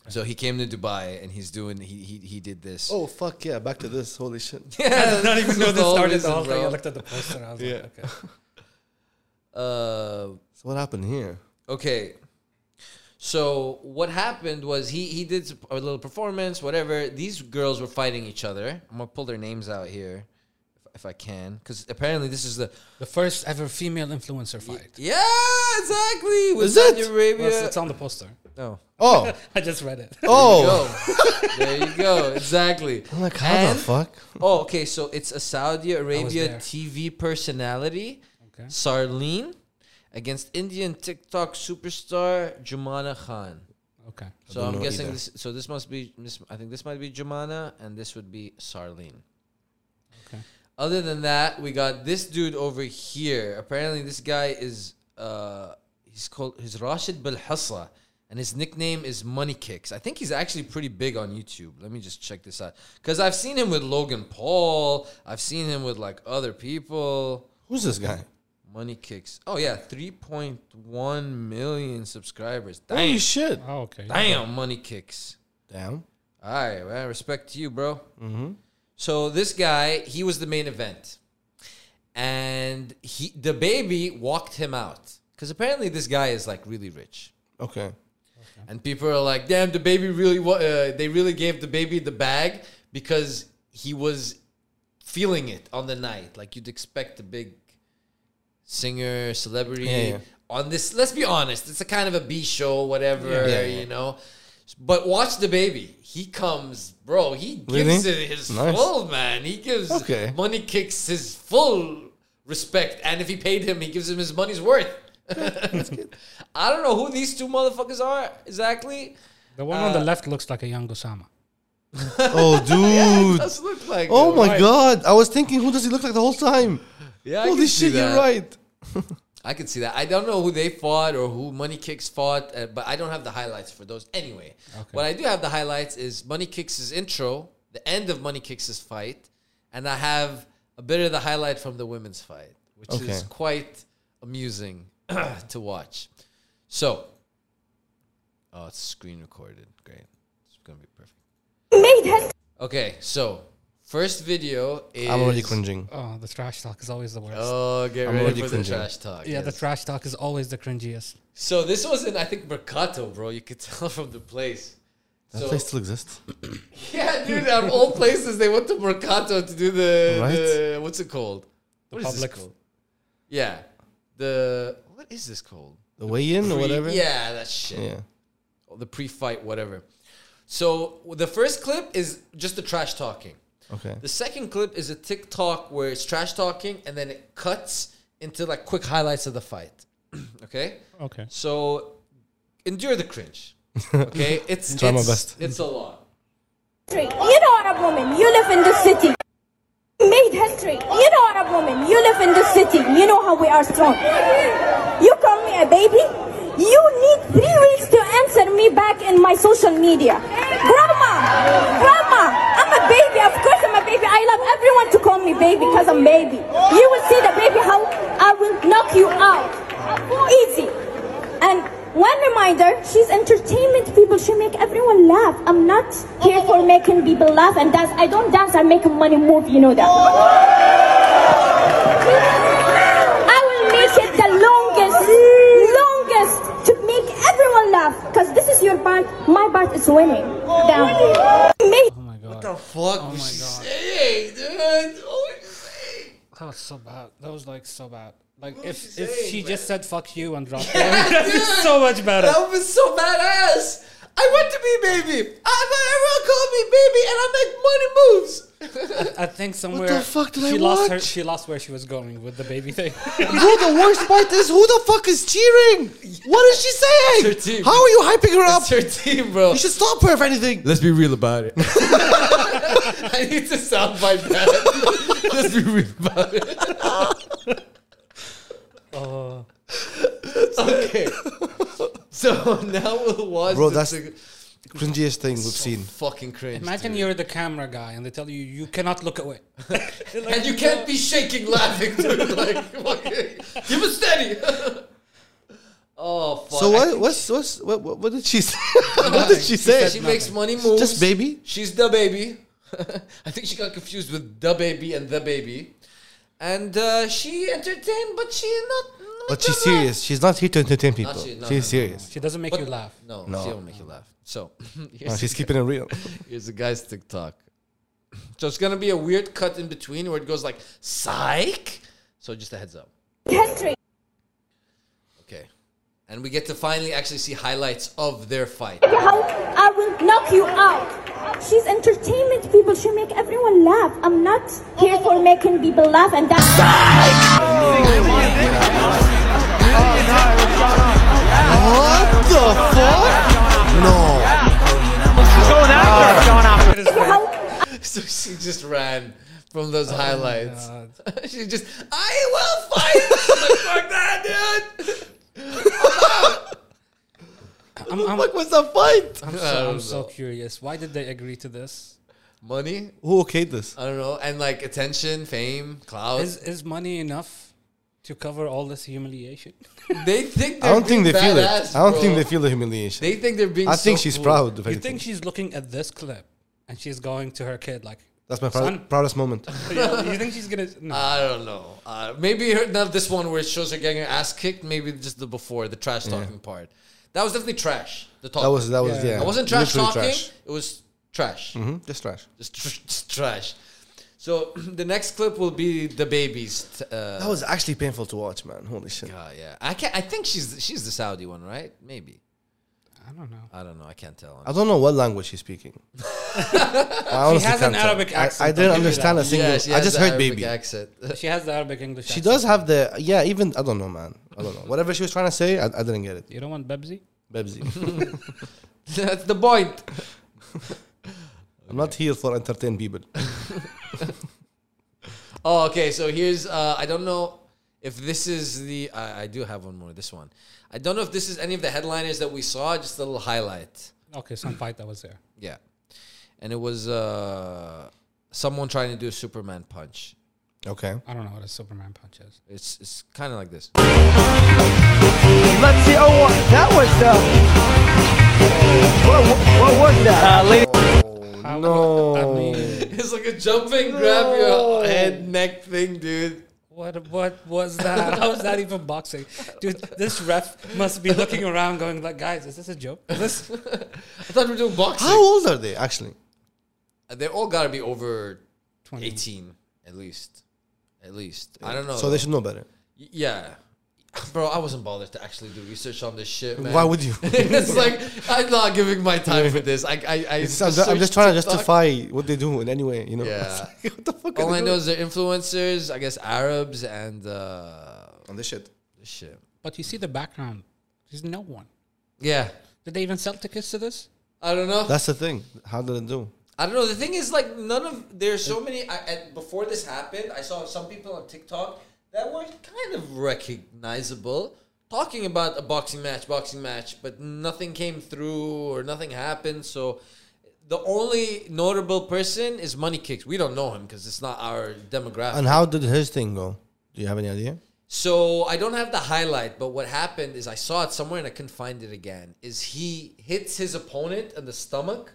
So he came to Dubai and he's doing he he, he did this. Oh fuck yeah! Back to this. Holy shit. yeah, I don't even know this started the whole reason, thing. I bro. looked at the poster and I was like, Yeah. okay. Uh, So what happened here? Okay. So what happened was he he did a little performance, whatever. These girls were fighting each other. I'm gonna pull their names out here, if, if I can, because apparently this is the The first ever female influencer fight. yeah exactly with Is it? Saudi Arabia. Well, it's- it's on the poster. no, Oh, I just read it. oh. go there you go exactly. I'm like, how And- the fuck? Oh, okay. So it's a Saudi Arabia there. TV personality, Okay. Sarleen, against Indian TikTok superstar Jumana Khan. Okay. So don't I'm know guessing either. this. So this must be. This, I think this might be Jumana, and this would be Sarlene. Okay. Other than that, we got this dude over here. Apparently, this guy is. Uh, he's called. He's Rashid Belhassa, and his nickname is Money Kicks. I think he's actually pretty big on YouTube. Let me just check this out because I've seen him with Logan Paul. I've seen him with like other people. Who's this guy? Money Kicks. Oh yeah, three point one million subscribers. Damn, Holy shit! Oh, okay. damn, Money Kicks. Damn. All right, man. Respect to you, bro. So this guy, he was the main event, and he the baby walked him out because apparently this guy is like really rich, Okay. and people are like, "Damn, the baby really wa- uh, they really gave the baby the bag because he was feeling it on the night, like you'd expect a big singer celebrity Yeah, yeah. on this. Let's be honest, it's a kind of a B show, whatever Yeah, yeah. you know." But watch the baby. He comes, bro. He gives Really? it his Nice. full, man. He gives Okay. money kicks his full respect, and if he paid him, he gives him his money's worth. I don't know who these two motherfuckers are exactly. The one on the left looks like a young Osama. Oh, Yeah, it dude. does look like oh it, my right? god. I was thinking, who does he look like the whole time? Yeah, I Holy can see shit, that. you're right. I can see that. I don't know who they fought or who Money Kicks fought, uh, but I don't have the highlights for those anyway. What I do have the highlights is Money Kicks' intro, the end of Money Kicks' fight, and I have a bit of the highlight from the women's fight, which is Okay. quite amusing to watch. So, oh, it's screen recorded. Great. It's going to be perfect. Okay, so first video is. I'm already cringing. Oh, the trash talk is always the worst. Oh, get I'm ready already for cringing. the trash talk. yeah, the yes. trash talk is always the cringiest. So this was in I think Mercato, bro. You could tell from the place. That So- place still exists. Yeah, dude. Out of all places, they went to Mercato to do the, Right. the- what's it called? What is this public- called? Yeah, the what is this called? The way in or Pre- whatever? Yeah, that shit. Yeah. The pre-fight, whatever. So the first clip is just the trash talking. Okay. The second clip is a TikTok where it's trash talking, and then it cuts into like quick highlights of the fight. okay. Okay. So endure the cringe. Okay, it's Try my it's, best. It's a lot. You know, Arab woman, you live in the city. Made history. You know, Arab woman, you live in the city. You know how we are strong. You call me a baby. You need three weeks to answer me back in my social media. Grandma, grandma, I'm a baby. Of course, I'm a baby. I love everyone to call me baby because I'm baby. You will see the baby how I will knock you out. Easy. And one reminder, she's entertainment people. She make everyone laugh. I'm not here for making people laugh and dance. I don't dance. I make money move. You know that. I will make it the longest, longest to make everyone laugh. Cause this is your part. My part is winning. Down. Oh Make my god. The fuck Oh was my she God. saying, dude? What was she saying? That was so bad. That was like so bad. Like was if she if saying, she man? just said fuck you and dropped it, that'd be so much better. That was so badass. I want to be baby. I everyone call me baby, and I make money moves. I think somewhere fuck did she I lost her watch? she lost where she was going with the baby thing. Bro, the worst part is who the fuck is cheering? What is she saying? It's her team. How are you hyping her up? That's your team, bro. You should stop her if anything. Let's be real about it. I need to sound my that. Let's be real about it. Oh. okay. So now we'll watch. Bro, the that's sig- Cringiest thing we've seen. fucking cringe. Imagine dude. you're the camera guy and they tell you you cannot look away. and you can't be shaking laughing, dude. like, fucking, give it steady. oh fuck. So I what? think What's what's what? What, what did she say? what did she say? She makes money moves. Just baby. She's the baby. I think she got confused with the baby and the baby. And uh, she entertained, but she not. not But she's that- serious. She's not here to entertain people. she- no, she's no, no. serious. She doesn't make But- you laugh. No, No. she won't make you laugh. So here's, No, she's keeping it real. here's the guy's TikTok. So it's gonna be a weird cut in between where it goes like psych. So just a heads up. history. Okay. And we get to finally actually see highlights of their fight. How I will knock you out. She's entertainment people. She make everyone laugh. I'm not here for making people laugh and dance. what the fuck? No. How So she just ran from those highlights. God. she just, I will fight. I'm like, fuck that, dude. I'm, I'm, What was that fight? I'm, I so, don't I'm so know. curious. Why did they agree to this? Money, Who okayed this? I don't know, and like attention, fame, clout. Is is money enough to cover all this humiliation? they think. I they're don't think they being feel Uh, badass, it. I don't bro. think they feel the humiliation. They think they're being. I think so she's cool. proud of You anything. think she's looking at this clip and she's going to her kid like That's my prou- Son. proudest moment. Yeah, you think she's gonna no. I don't know. Uh, maybe her, not this one where it shows her getting her ass kicked. Maybe just the before the trash talking part. That was definitely trash. The talk. That was that was yeah. Yeah. It wasn't trash literally talking. trash. It was trash. Hmm? Just trash. Just, tr- just trash. So the next clip will be the babies. T- uh, That was actually painful to watch, man. Holy shit. uh, yeah, I can not I think she's she's the Saudi one, right? Maybe. I don't know. I don't know. I can't tell. I don't know what language he's speaking. I honestly has an can't tell. Arabic I- accent, I, I'll didn't give you understand that. a single. Yeah, she I has just the heard Arabic baby. accent. She has the Arabic English. She accent. does have the yeah. Even I don't know, man. I don't know. Whatever she was trying to say, I, I didn't get it. You don't want Bebsy? Bebsy. That's the point. I'm not here for entertain people. Oh, okay. So here's uh, I don't know if this is the I, I do have one more. This one I don't know if this is any of the headliners that we saw. Just a little highlight. Okay, some fight that was there. Yeah, and it was uh, someone trying to do a Superman punch. Okay. I don't know what a Superman punch is. It's it's kind of like this. Let's see. Oh, wha- that was the. What, what was that? Uh, lady. no. it's like a jumping grab Oh. your head neck thing, dude. What what was that? How is that even boxing, dude? This ref must be looking around, going like, "Guys, is this a joke? Is this?" I thought we were doing boxing. How old are they actually? Uh, They all gotta be over eighteen at least. At least I don't know. So they should know better. Y- Yeah. Bro, I wasn't bothered to actually do research on this shit, man. Why would you? it's like I'm not giving my time for this. I, I, I It's- I'm, just, I'm just searched trying to TikTok. justify what they do in any way. You know. Yeah. It's like, what the fuck? are All they I know doing? is they're influencers, I guess Arabs and uh, and this shit. This shit. But you see the background. There's no one. Yeah. Did they even sell tickets to this? I don't know. That's the thing. How did it do? I don't know. The thing is, like, none of there's so many. I, I, before this happened, I saw some people on TikTok that were kind of recognizable talking about a boxing match, boxing match, but nothing came through or nothing happened. So the only notable person is Money Kicks. We don't know him because it's not our demographic. And how did his thing go? Do you have any idea? So I don't have the highlight, but what happened is I saw it somewhere and I couldn't find it again. Is he hits his opponent in the stomach,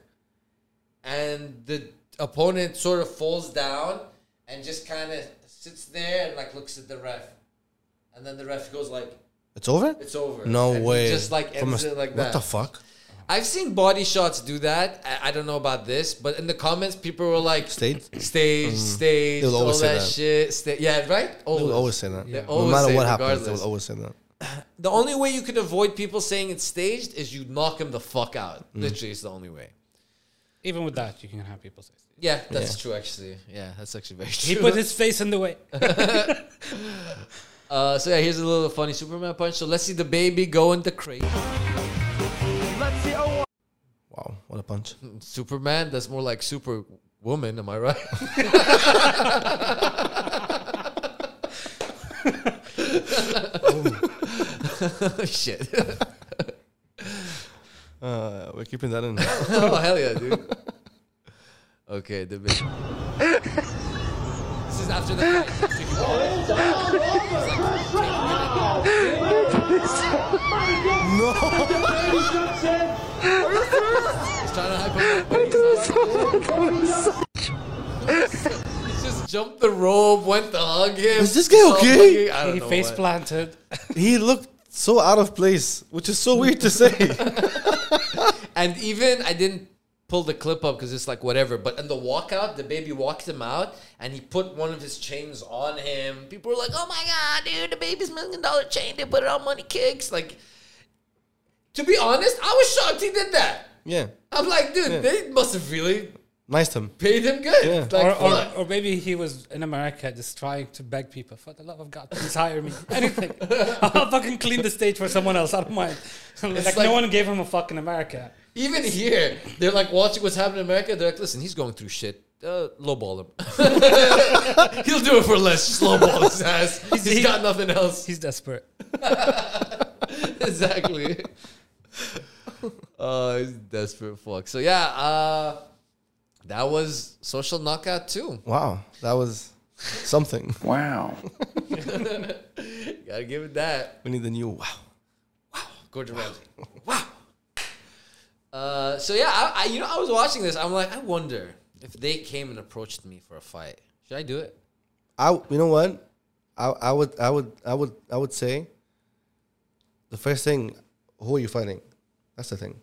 and the opponent sort of falls down and just kind of sits there and like looks at the ref, and then the ref goes like, It's over. "It's over." No And he way. Just like From a ends s- it like What that. the fuck? I've seen body shots do that. I, I don't know about this, but in the comments, people were like, "Stage, stage, Mm. stage, They'll all always say that, that. shit." Sta- yeah, right. They will always say that. They No always matter say what it happens, they will regardless. always say that. The only way you can avoid people saying it's staged is you knock him the fuck Mm. out. Literally, it's the only way. Even with that, you can have people say. Yeah, that's true. Actually, yeah, that's actually very true. He put his face in the way. uh, so yeah, here's a little funny Superman punch. So let's see the baby go into crazy. Let's see. Oh, Wow, what a punch! Superman, that's more like Superwoman. Am I right? Shit. Uh, we're keeping that in. oh hell yeah, dude. Okay, the baby. This is after the fight. So he- He's trying to hype him up, but he's not. He just jumped the rope, went to hug him. Is this guy Saw okay? fucking- I don't He know face what. planted. he looked so out of place, which is so weird to say. And even I didn't pull the clip up because it's like whatever. But in the walkout, the baby walked him out, and he put one of his chains on him. People were like, "Oh my god, dude, the baby's million dollar chain. They put it on money kicks." Like, to be honest, I was shocked he did that. yeah, I'm like, dude, they must have really nice to him. paid him good. Yeah. Like, or, or, fuck. or maybe he was in America just trying to beg people, for the love of God, please hire me. Anything. I'll fucking clean the stage for someone else. I don't mind. like, like- no one gave him a fuck in America. Even here, they're like watching what's happening in America. They're like, listen, he's going through shit. Uh, lowball him. He'll do it for less. Just lowball his ass. He's he- got nothing else. He's desperate. exactly. Oh, he's desperate fuck. So yeah, uh, that was social knockout too. Wow, that was something. Wow. Gotta give it that. We need a new wow. Gordon Ramsay. Wow. Uh, so yeah, I, I you know I was watching this. I'm like, I wonder if they came and approached me for a fight. Should I do it? I you know what? I I would I would I would I would say the first thing, who are you fighting? That's the thing.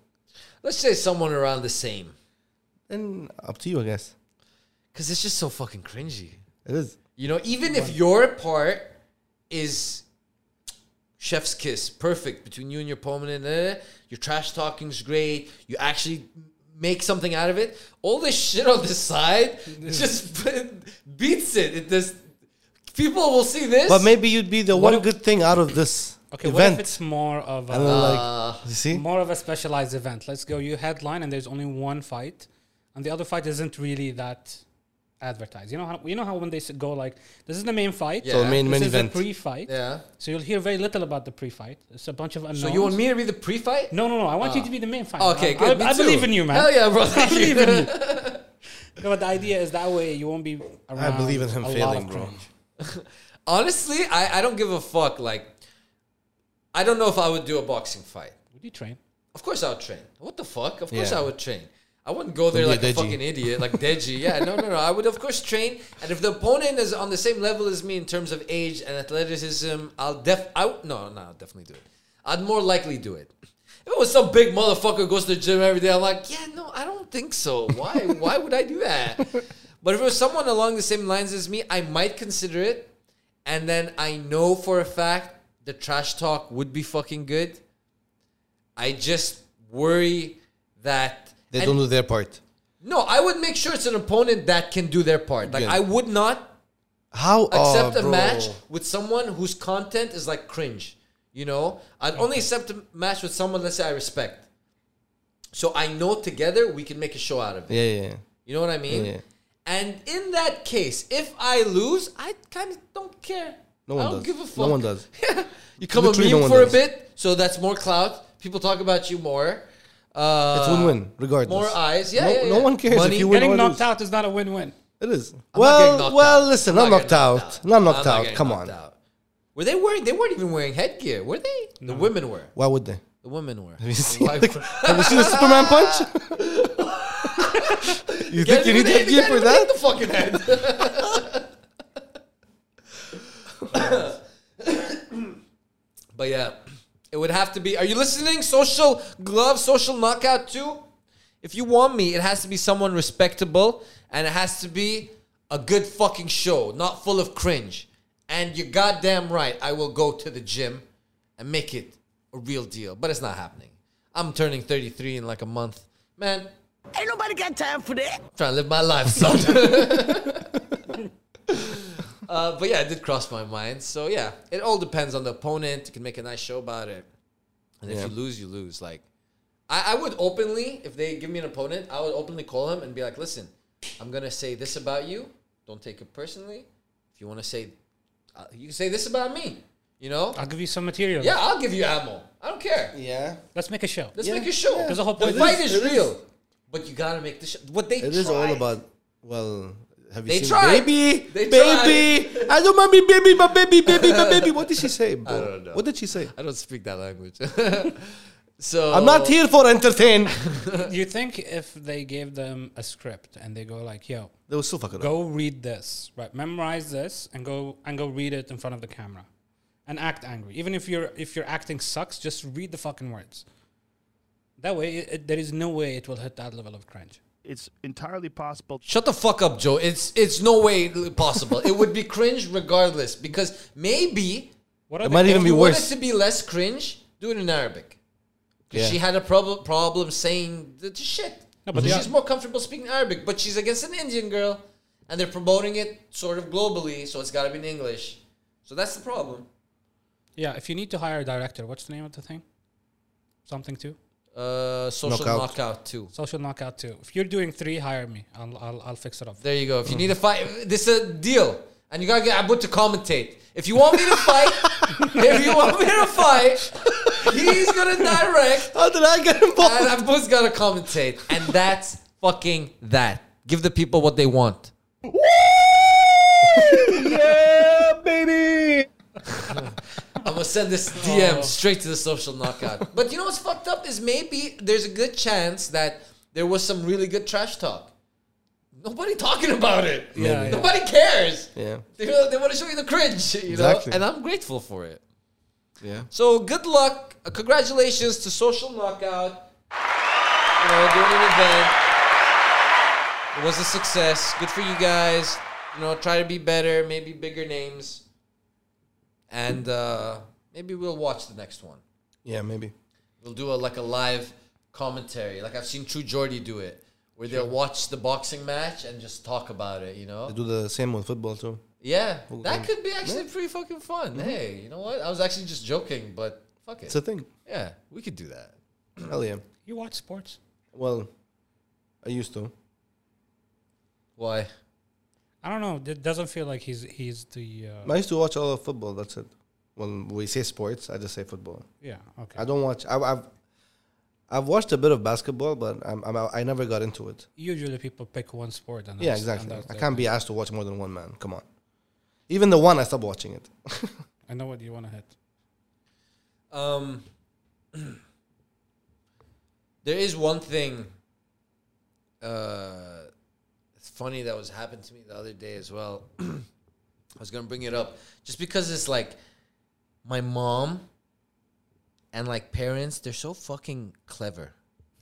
Let's say someone around the same, Then up to you, I guess. because it's just so fucking cringy. It is. You know, even if your part is chef's kiss, perfect between you and your opponent. eh, your trash talking's great. You actually make something out of it. All this shit on the side just beats it. It just people will see this. But maybe you'd be the What one if- good thing out of this Okay, event. what if it's more of a And then, like, uh, you see? more of a specialized event? Let's go. You headline, and there's only one fight, and the other fight isn't really that advertised. You know how you know how when they s- go like, "This is the main fight." So Yeah. main- this main is event. The pre-fight. Yeah. So you'll hear very little about the pre-fight. It's a bunch of unknowns. So you want me to be the pre-fight? No, no, no. I want you Ah. to be the main fight. Okay, I, good. I, Me I too. believe in you, man. Hell yeah, bro. I Thank believe you. in you. no, but the idea is that way you won't be. Around I believe in him a lot failing, of bro. cringe. Honestly, I, I don't give a fuck. Like, I don't know if I would do a boxing fight. Would you train? Of course I would train. What the fuck? Of course Yeah. I would train. I wouldn't go there like Wouldn't be a a Deji. fucking idiot, like Deji. Yeah, no, no, no. I would of course train, and if the opponent is on the same level as me in terms of age and athleticism, I'll def. I w- no, no, I'll definitely do it. I'd more likely do it. If it was some big motherfucker who goes to the gym every day, I'm like, yeah, no, I don't think so. Why? Why would I do that? But if it was someone along the same lines as me, I might consider it. And then I know for a fact the trash talk would be fucking good. I just worry that They and- don't do their part. No, I would make sure it's an opponent that can do their part. Like Yeah. I would not How accept oh, a bro. match with someone whose content is like cringe. You know, I'd only accept a match with someone. Let's say I respect. So I know together we can make a show out of it. Yeah, yeah, yeah. You know what I mean? Yeah. And in that case, if I lose, I kind of don't care. No one I don't does. give a fuck. No one does. You come a Literally meme no one for a does. bit, so that's more clout. People talk about you more. Uh, It's win-win, regardless. More eyes. Yeah, No- yeah, no yeah. one cares if Money. you win or Getting lose. knocked out is not a win-win. It is. I'm not getting well, knocked well, out. listen, I'm I'm not knocked getting out. knocked out. Not knocked I'm not out. getting Come knocked on. out. Were they wearing? They weren't even wearing headgear, were they? The women were. Why would they? The women were. Have you seen, Why- the, have you seen the Superman punch? you think you need They- they headgear can't for even that? hit The fucking head. but yeah, it would have to be. Are you listening? Social glove, social knockout too. If you want me, it has to be someone respectable, and it has to be a good fucking show, not full of cringe. And you're goddamn right. I will go to the gym and make it a real deal. But it's not happening. I'm turning 33 in like a month, man. Ain't nobody got time for that. Trying to live my life, son. uh, but yeah, it did cross my mind. So yeah, it all depends on the opponent. You can make a nice show about it. And Yeah. if you lose, you lose. Like, I, I would openly, if they give me an opponent, I would openly call him and be like, listen, I'm going to say this about you. Don't take it personally. If you want to say, uh, you can say this about me. You know? I'll give you some material. Yeah, I'll give you ammo. I don't care. Yeah. Let's make a show. Let's make a show. There's a whole the point. fight It is, is- it is. real. But you got to make the show. What they It is all tried- about. Well, have you They seen tried. baby? They baby, I don't mind me, baby, my baby, baby, my baby. What did she say, bro? don't know. What did she say? I don't speak that language. so I'm not here for entertain. you think if they gave them a script and they go like, "Yo, they were still fucking up. go read this, right? Memorize this and go and go read it in front of the camera, and act angry. Even if your if your acting sucks, just read the fucking words. That way, it, it- there is no way it will hit that level of cringe. It's entirely possible Shut the fuck up, Joe. It's it's no way possible. it would be cringe regardless because maybe What are It they might called? even if be you want it worse. to be less cringe, do it in Arabic. 'Cause Yeah. She had a problem problem saying the, the shit. No, but they she's are- more comfortable speaking Arabic, but she's against an Indian girl, and they're promoting it sort of globally, so it's got to be in English. So that's the problem. Yeah, if you need to hire a director, what's the name of the thing? Something too. Uh, social Knockout. knockout, too. Social knockout too. If you're doing three, hire me. I'll I'll, I'll fix it up. There you go. If you Mm. need a fight, this is a deal. And you gotta get Abu to commentate. If you want me to fight, if you want me to fight, he's gonna direct How did I get involved? and Abu's gonna commentate. And that's fucking that. Give the people what they want. Yeah, baby. I'm gonna send this DM Oh. straight to the social knockout. But you know what's fucked up is maybe there's a good chance that there was some really good trash talk. Nobody talking about it. Yeah, yeah. Nobody cares. Yeah. They, they want to show you the cringe, you Exactly. know? And I'm grateful for it. Yeah. So good luck. Uh, Congratulations to Social Knockout. You know, doing an event. It was a success. Good for you guys. You know, try to be better, maybe bigger names. And uh, Maybe we'll watch the next one. Yeah, maybe. We'll do a, like a live commentary. Like I've seen True Jordy do it, where they'll watch the boxing match and just talk about it. You know. They do the same with football too. Yeah, Who that can- could be actually pretty fucking fun. Hey, you know what? I was actually just joking, but fuck it. It's a thing. Yeah, we could do that. Hell yeah. You watch sports? Well, I used to. Why? I don't know. It doesn't feel like he's he's the. Uh, I used to watch a lot of football. That's it. When we say sports, I just say football. Yeah, okay. I don't watch. I, I've I've watched a bit of basketball, but I'm, I'm I never got into it. usually people pick one sport and yeah, that's- exactly. and that's I it. can't be asked to watch more than one man. Come on. Even the one I stopped watching it. I know what you want to hit. Um, there is one thing. Uh, it's funny that was happened to me the other day as well. I was gonna bring it up just because it's like my mom and like parents. They're so fucking clever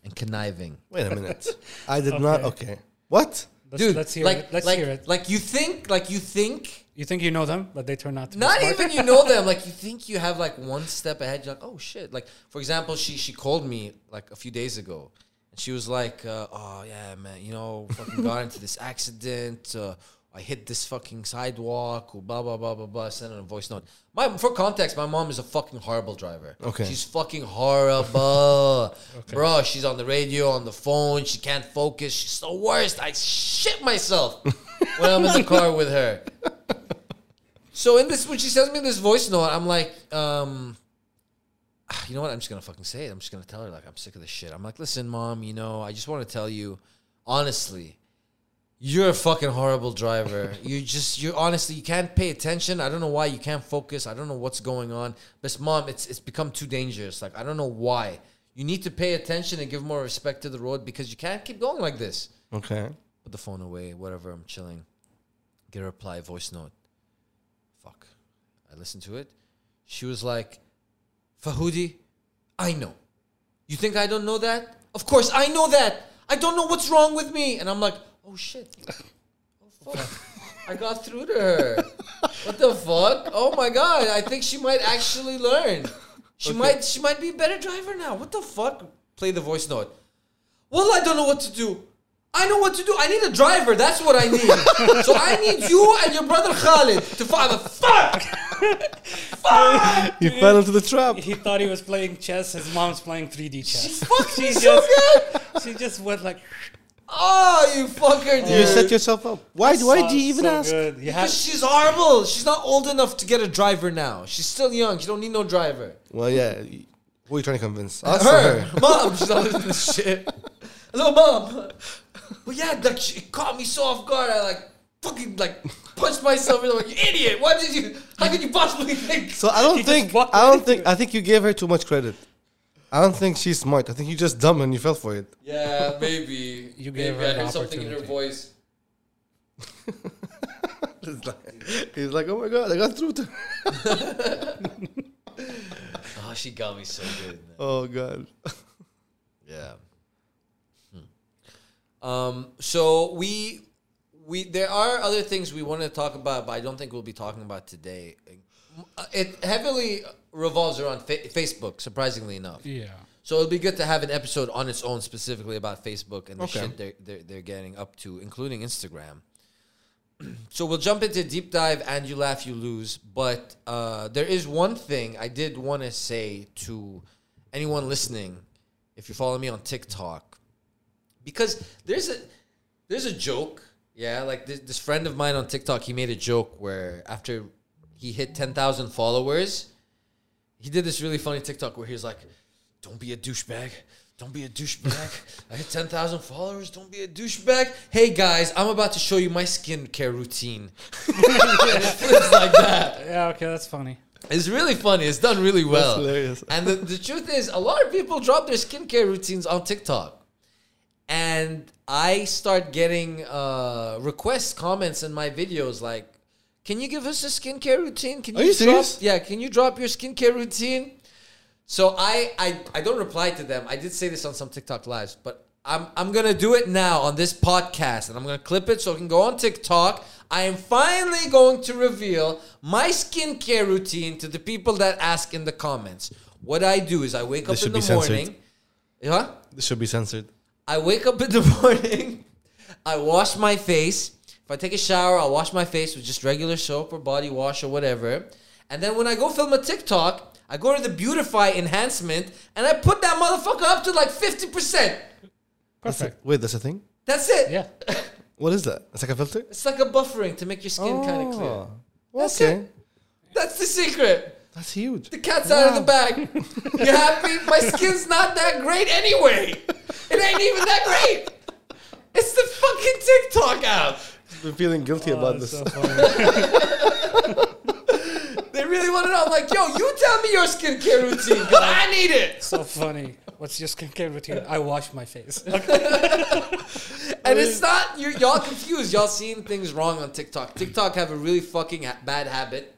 and conniving. Wait a minute. I did not. Okay. What? Let's- let's hear like, it. Let's like, hear it. Like you think, like you think, You think you know them, but they turn out to be not smart. even you know them. Like you think you have like one step ahead. You're like, oh shit. Like for example, she she called me like a few days ago, and she was like, uh, oh yeah, man, you know, fucking got into this accident. Uh, I hit this fucking sidewalk. Or blah blah blah blah blah. Send her a voice note. My for context, my mom is a fucking horrible driver. Okay. she's fucking horrible, bro. She's on the radio, on the phone. She can't focus. She's the worst. I shit myself when I'm in the car with her. So in this, when she sends me this voice note, I'm like, um, ah, you know what? I'm just gonna fucking say it. I'm just gonna tell her like I'm sick of this shit. I'm like, listen, mom, you know, I just want to tell you, honestly, you're a fucking horrible driver. you just, you're honestly, you can't pay attention. I don't know why you can't focus. I don't know what's going on. But mom, it's it's become too dangerous. Like I don't know why. You need to pay attention and give more respect to the road because you can't keep going like this Okay. put the phone away, whatever, I'm chilling. Get a reply, voice note. Fuck. I listened to it. She was like, Fahudi, I know. You think I don't know that? Of course I know that. I don't know what's wrong with me. And I'm like, oh shit. Oh fuck. I got through to her. What the fuck? Oh my god. I think she might actually learn. She might she might be a better driver now. What the fuck? Play the voice note. Well, I don't know what to do. I know what to do. I need a driver. That's what I need. so I need you and your brother Khalid to find the fuck. You fell into the trap. He thought he was playing chess. His mom's playing 3D chess. Fuck She me just- so good. she just went like, Oh, you fucker, dude. You set yourself up. Why? Why "Oh, do you even so ask? Good. You have Because she's horrible. She's not old enough to get a driver now. She's still young. She don't need no driver. Well, yeah. y- Who are you trying to convince? Us or her, her? mom. She's not listening to this shit. Hello, mom. But yeah, like she it caught me so off guard. I like fucking like punched myself. And I'm like, you idiot. Why did you? How could you possibly think? So I don't He just think. walked I right don't into think. it. I think you gave her too much credit. I don't think she's smart. I think you're just dumb and you fell for it. Yeah, maybe. You gave maybe her I an heard something in her opportunity. voice. It's like- He's like, oh my god, I got through to. Oh, she got me so good. man. Oh god. Yeah. Hmm. Um. So we we there are other things we wanted to talk about, but I don't think we'll be talking about today. Uh, It heavily revolves around fa- Facebook, surprisingly enough. yeah. So it'll be good to have an episode on its own specifically about Facebook and the Okay. shit they're, they're, they're getting up to, including Instagram. so we'll jump into deep dive and you laugh, you lose. But uh, there is one thing I did want to say to anyone listening, if you follow me on TikTok, because there's a there's a joke, yeah. Like this, this friend of mine on TikTok, he made a joke where after he hit ten thousand followers, he did this really funny TikTok where he was like, "Don't be a douchebag. Don't be a douchebag. I hit ten thousand followers. Don't be a douchebag. Hey guys, I'm about to show you my skincare routine. it's like that. Yeah, okay, that's funny. It's really funny. It's done really well. hilarious. And the, the truth is, a lot of people drop their skincare routines on TikTok, and I start getting uh, requests, comments in my videos like. Can you give us a skincare routine? Can Are you drop- serious? Yeah, can you drop your skincare routine? So I, I I don't reply to them. I did say this on some TikTok lives, but I'm I'm gonna do it now on this podcast, and I'm gonna clip it so it can go on TikTok. I am finally going to reveal my skincare routine to the people that ask in the comments. What I do is I wake This up in should the be censored. morning. Huh? This should be censored. I wake up in the morning. I wash my face. If I take a shower, I wash my face with just regular soap or body wash or whatever. And then when I go film a TikTok, I go to the Beautify enhancement and I put that motherfucker up to like 50%. That's a- wait, that's a thing? That's it. Yeah. What is that? It's like a filter? It's like a buffering to make your skin kind of clear. Oh, That's okay. it. That's the secret. That's huge. The cat's out of the bag. You happy? My skin's not that great anyway. It ain't even that great. It's the fucking TikTok app. I'm feeling guilty Oh, about this. They really want to know. I'm like, yo, you tell me your skincare routine. 'cause I need it. So funny. What's your skincare routine? I wash my face. And it's not you y'all confused. Y'all seeing things wrong on TikTok. TikTok have a really fucking ha- bad habit,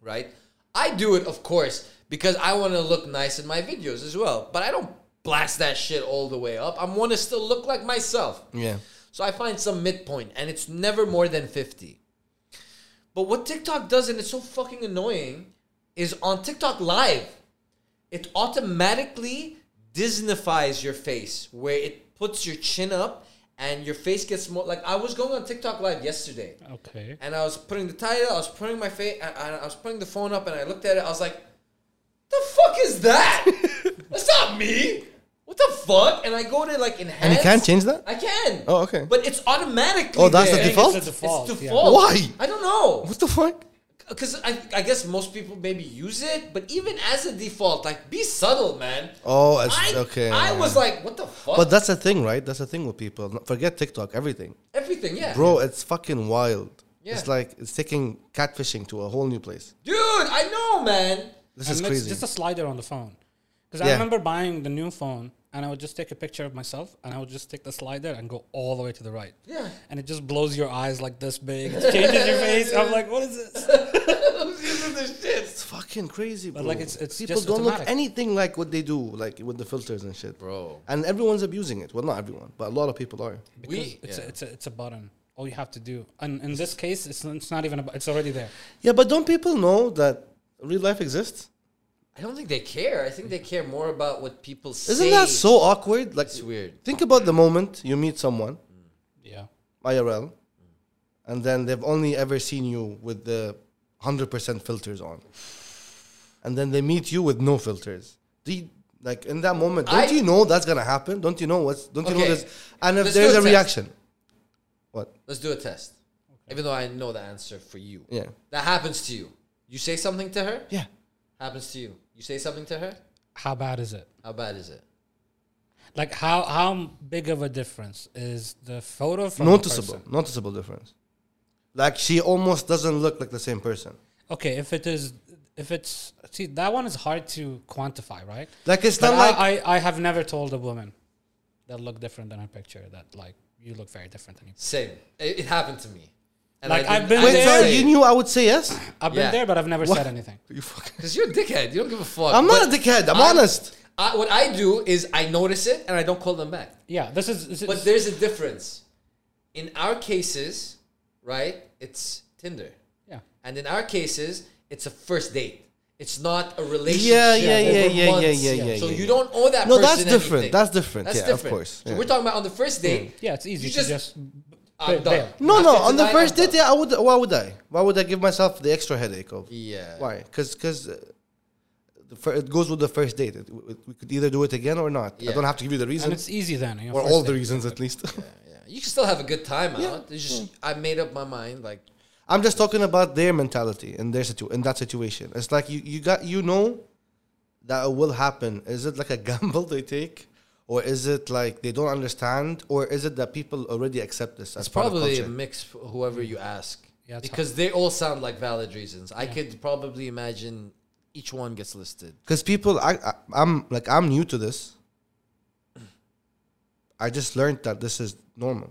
right? I do it, of course, because I want to look nice in my videos as well. But I don't blast that shit all the way up. I want to still look like myself. Yeah. So I find some midpoint, and it's never more than 50. But what TikTok does, and it's so fucking annoying, is on TikTok Live, it automatically Disneyfies your face, where it puts your chin up and your face gets more. Like I was going on TikTok Live yesterday, Oh, Okay. and I was putting the title, I was putting my face, and and I was putting the phone up, and I looked at it, I was like, "The fuck is that? That's not me." What the fuck? And I go to like enhance. can't change that? I can. Oh, okay. But it's automatically. Oh, that's the there. I think it's default? the default, It's yeah. default. Why? I don't know. What the fuck? Because I, I guess most people maybe use it, but even as a default, like be subtle, man. Oh, it's, I, okay. I was like, what the fuck? But that's the thing, right? That's the thing with people. No- Forget TikTok, everything. everything, yeah. Bro, it's fucking wild. It's Yeah. like it's taking catfishing to a whole new place. Dude, I know, man. This And is it's crazy. Just a slider on the phone. Because I Yeah. remember buying the new phone and I would just take a picture of myself and I would just take the slider and go all the way to the right. Yeah. And it just blows your eyes like this big. It changes your face. I'm like, what is this? Using this shit. It's fucking crazy, bro. like, it's- it's people just don't automatic. look anything like what they do, like with the filters and shit, Bro. And everyone's abusing it. Well, not everyone, but a lot of people are. Because We- it's, yeah. a, it's, a, it's a button. All you have to do. And in this case, it's, it's not even a bu- It's already there. Yeah, but don't people know that real life exists? I don't think they care. I think they care more about what people say. Isn't that so awkward? Like, It's weird. Think about the moment you meet someone Yeah. IRL, and then they've only ever seen you with the hundred percent filters on, and then they meet you with no filters. Do you, like in that moment, don't I- you know that's gonna happen? Don't you know what's? Don't you know Okay. this? And if Let's there's do a a test. reaction, what? Let's do a test. Even though I know the answer for you. Yeah. That happens to you. You say something to her? Yeah. Happens to you. You say something to her? How bad is it? How bad is it? Like how how big of a difference is the photo from the Noticeable, person? noticeable difference. Like she almost doesn't look like the same person. Okay, if it is, if it's see that one is hard to quantify, right? Like it's But not like I, I, I have never told a woman that looked different than her picture that like you look very different than you. Same. It, it happened to me. And Like, I've been wait, I sorry, say- you knew I would say yes. I've Yeah. been there, but I've never said anything. You fucking. because you're a dickhead. You don't give a fuck. I'm not But a dickhead. I'm, I'm- honest. I, what I do is I notice it and I don't call them back. Yeah, this is. This But is- there's a difference. In our cases, right? It's Tinder, yeah, and in our cases, it's a first date. It's not a relationship. Yeah, yeah, yeah, over yeah, yeah, months. yeah, yeah, So yeah, you yeah. don't owe that. No, that's person different. anything. That's different. Yeah, of course. So Yeah. we're talking about on the first date. Hmm. yeah, it's easy You to just- just. I'm There. done. No, After no. On the tonight, first I'm date, done. yeah, I would. Why would I? Why would I give myself the extra headache of? Yeah. Why? Because because it goes with the first date. It, it, we could either do it again or not. Yeah. I don't have to give you the and reason it's easy then. you know, or first all the date. reasons at least. Yeah. You can still have a good time out. It's just I made up my mind. Like I'm just talking about their mentality in their situ in that situation. It's like you you got you know that it will happen. Is it like a gamble they take? Or is it like they don't understand, or is it that people already accept this? As It's part of probably a culture? mix for whoever you ask. Yeah, it's because they all sound like valid reasons. I could probably imagine each one gets listed. because people I, I i'm like i'm new to this i just learned that this is normal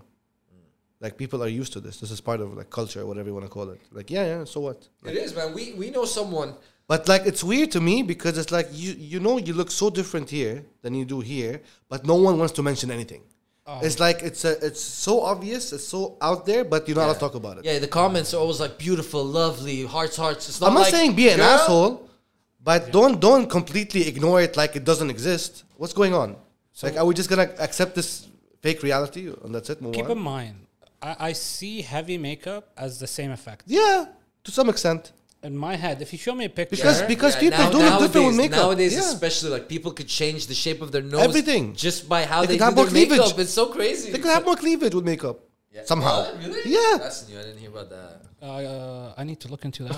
like people are used to this this is part of like culture or whatever you want to call it like yeah yeah so what It is, man. We we know someone. but like it's weird to me because it's like you you know you look so different here than you do here but no one wants to mention anything Oh. It's like it's a, it's so obvious, it's so out there, but you're not allowed to talk about it. Yeah, the comments are always like beautiful, lovely, hearts, hearts. It's not I'm not like, saying be an "Girl, asshole, but don't don't completely ignore it like it doesn't exist. What's going on? like, are we just gonna accept this fake reality and that's it? Move Keep on? in mind, I, I see heavy makeup as the same effect. Yeah, to some extent. In my head, if you show me a picture, Because- because people do it different with nowadays- makeup. Nowadays, Yeah. especially, like people could change the shape of their nose, Everything. just by how They they, could have do their more cleavage. makeup. It's so crazy. They could have more cleavage with makeup somehow. What? Really? Yeah. That's new. I didn't hear about that. uh, I need to look into that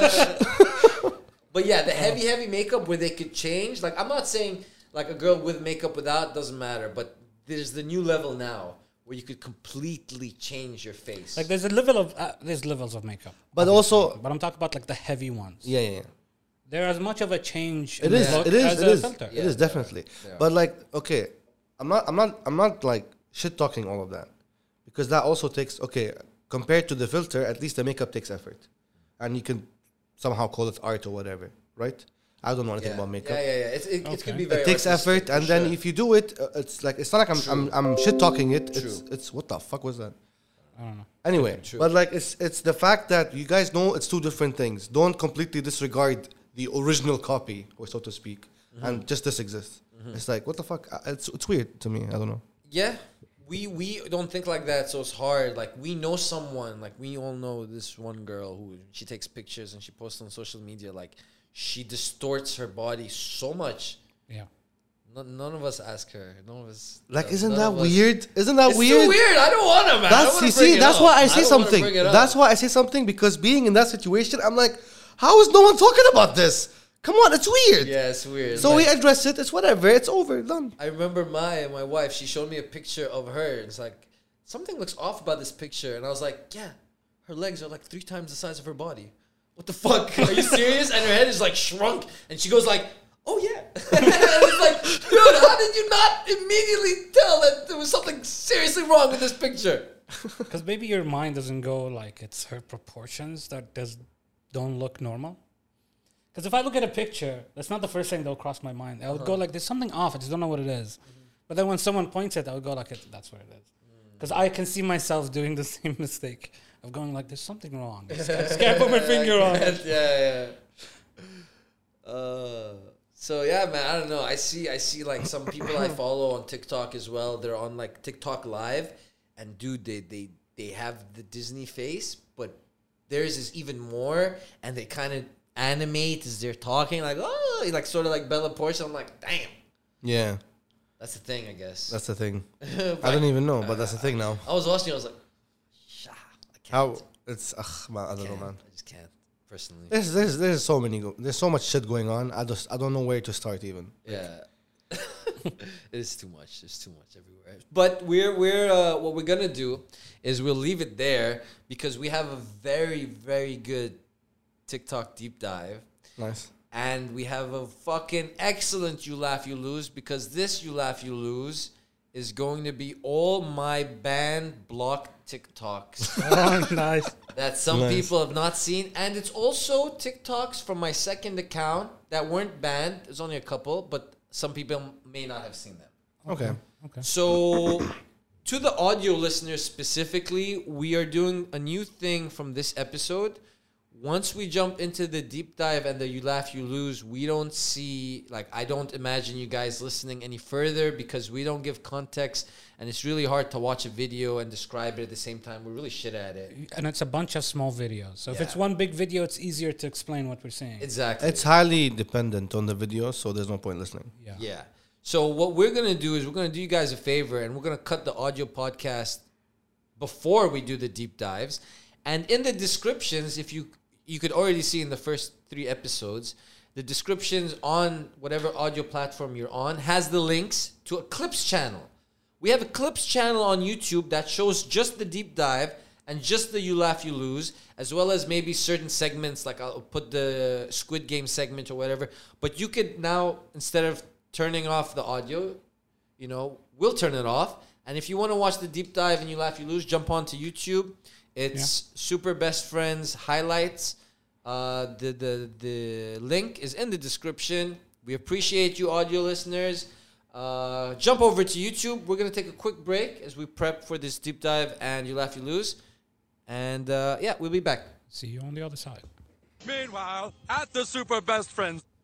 one. But yeah, the heavy, heavy makeup where they could change. Like, I'm not saying like a girl with makeup without doesn't matter, but there's the new level now where you could completely change your face. like there's a level of uh, there's levels of makeup, But also, but I'm talking about like the heavy ones. Yeah, yeah, yeah. They're as much of a change. It in is. the look It is. as It a is. filter. It is definitely. yeah. But like, okay, I'm not. I'm not. I'm not like shit talking all of that, because that also takes. Okay, compared to the filter, at least the makeup takes effort, and you can somehow call it art or whatever, right? I don't know anything about makeup. yeah, yeah, yeah. It's, it, it could be very It takes artistic, effort, and for then sure. if you do it, uh, it's like it's not like I'm I'm, I'm shit talking it. It's True. it's what the fuck was that? I don't know. Anyway, but like it's it's the fact that you guys know it's two different things. Don't completely disregard the original copy, or so to speak, Mm-hmm. and just this exists. It's like what the fuck? Uh, It's it's weird to me. I don't know. Yeah. We we don't think like that, so it's hard. Like we know someone, like we all know this one girl who she takes pictures and she posts on social media. Like she distorts her body so much. Yeah. No, none of us ask her. None of us. Like, none- isn't none that of us- weird? Isn't that It's too weird? weird. I don't want to, man. I don't That's wanna you bring see. it That's up. why I I say don't wanna something. bring it up. That's why I say something because being in that situation, I'm like, how is no one talking about this? Come on, it's weird. Yeah, it's weird. So Like, we address it. It's whatever. It's over. Done. I remember my my wife. She showed me a picture of her. It's like something looks off about this picture, and I was like, yeah, her legs are like three times the size of her body. What the fuck? Are you serious? And her head is like shrunk, and she goes like, oh yeah. and it's like, dude, how did you not immediately tell that there was something seriously wrong with this picture? Because maybe your mind doesn't go like it's her proportions that does don't look normal. Because if I look at a picture, that's not the first thing that'll cross my mind. I would go Uh-huh. like, "There's something off. I just don't know what it is." But then when someone points at, it, I would go like, it- "That's what it is." Because I can see myself doing the same mistake of going like, "There's something wrong." I just- I just can't put my I finger on can't, it. Yeah, yeah. Uh, so yeah, man. I don't know. I see. I see. Like some people I follow on TikTok as well. They're on like TikTok Live, and dude, they they they have the Disney face, but theirs is even more, and they kind of animate as they're talking, like oh, like sort of like Bella Porsche. I'm like, damn, Yeah, that's the thing, I guess. that's the thing. But- I don't even know, but that's the thing now. I was watching. I was like, How it's ugh, man, I don't know, man. I just can't personally. There's there's there's so many go- there's so much shit going on. I just I don't know where to start even. Yeah. it's too much. It's too much everywhere. But we're we're uh, what we're gonna do is we'll leave it there because we have a very very good TikTok deep dive. Nice. And we have a fucking excellent you laugh you lose because this you laugh you lose is going to be all my band block TikToks. Oh, nice. That some Nice. people have not seen, and it's also TikToks from my second account that weren't banned. There's only a couple, but some people may not have seen them. Okay. Okay. So, to the audio listeners specifically, we are doing a new thing from this episode. Once we jump into the deep dive and the you laugh, you lose, we don't see, like, I don't imagine you guys listening any further because we don't give context and it's really hard to watch a video and describe it at the same time. We're really shit at it. And it's a bunch of small videos. So if it's one big video, it's easier to explain what we're saying. Exactly. It's highly dependent on the video, so there's no point listening. Yeah. Yeah. So what we're gonna do is we're gonna do you guys a favor, and we're gonna cut the audio podcast before we do the deep dives. And in the descriptions, if you you could already see in the first three episodes, the descriptions on whatever audio platform you're on has the links to a clips channel. We have a clips channel on YouTube that shows just the deep dive and just the you laugh you lose, as well as maybe certain segments like I'll put the Squid Game segment or whatever. But you could now instead of turning off the audio, you know, we'll turn it off. And if you want to watch the deep dive and you laugh you lose, jump onto YouTube. It's Super Best Friends highlights. Uh, the the the link is in the description. We appreciate you, audio listeners. Uh, Uh, jump over to YouTube. We're gonna take a quick break as we prep for this deep dive and you laugh, you lose. And uh, yeah, we'll be back. See you on the other side. Meanwhile, at the Super Best Friends.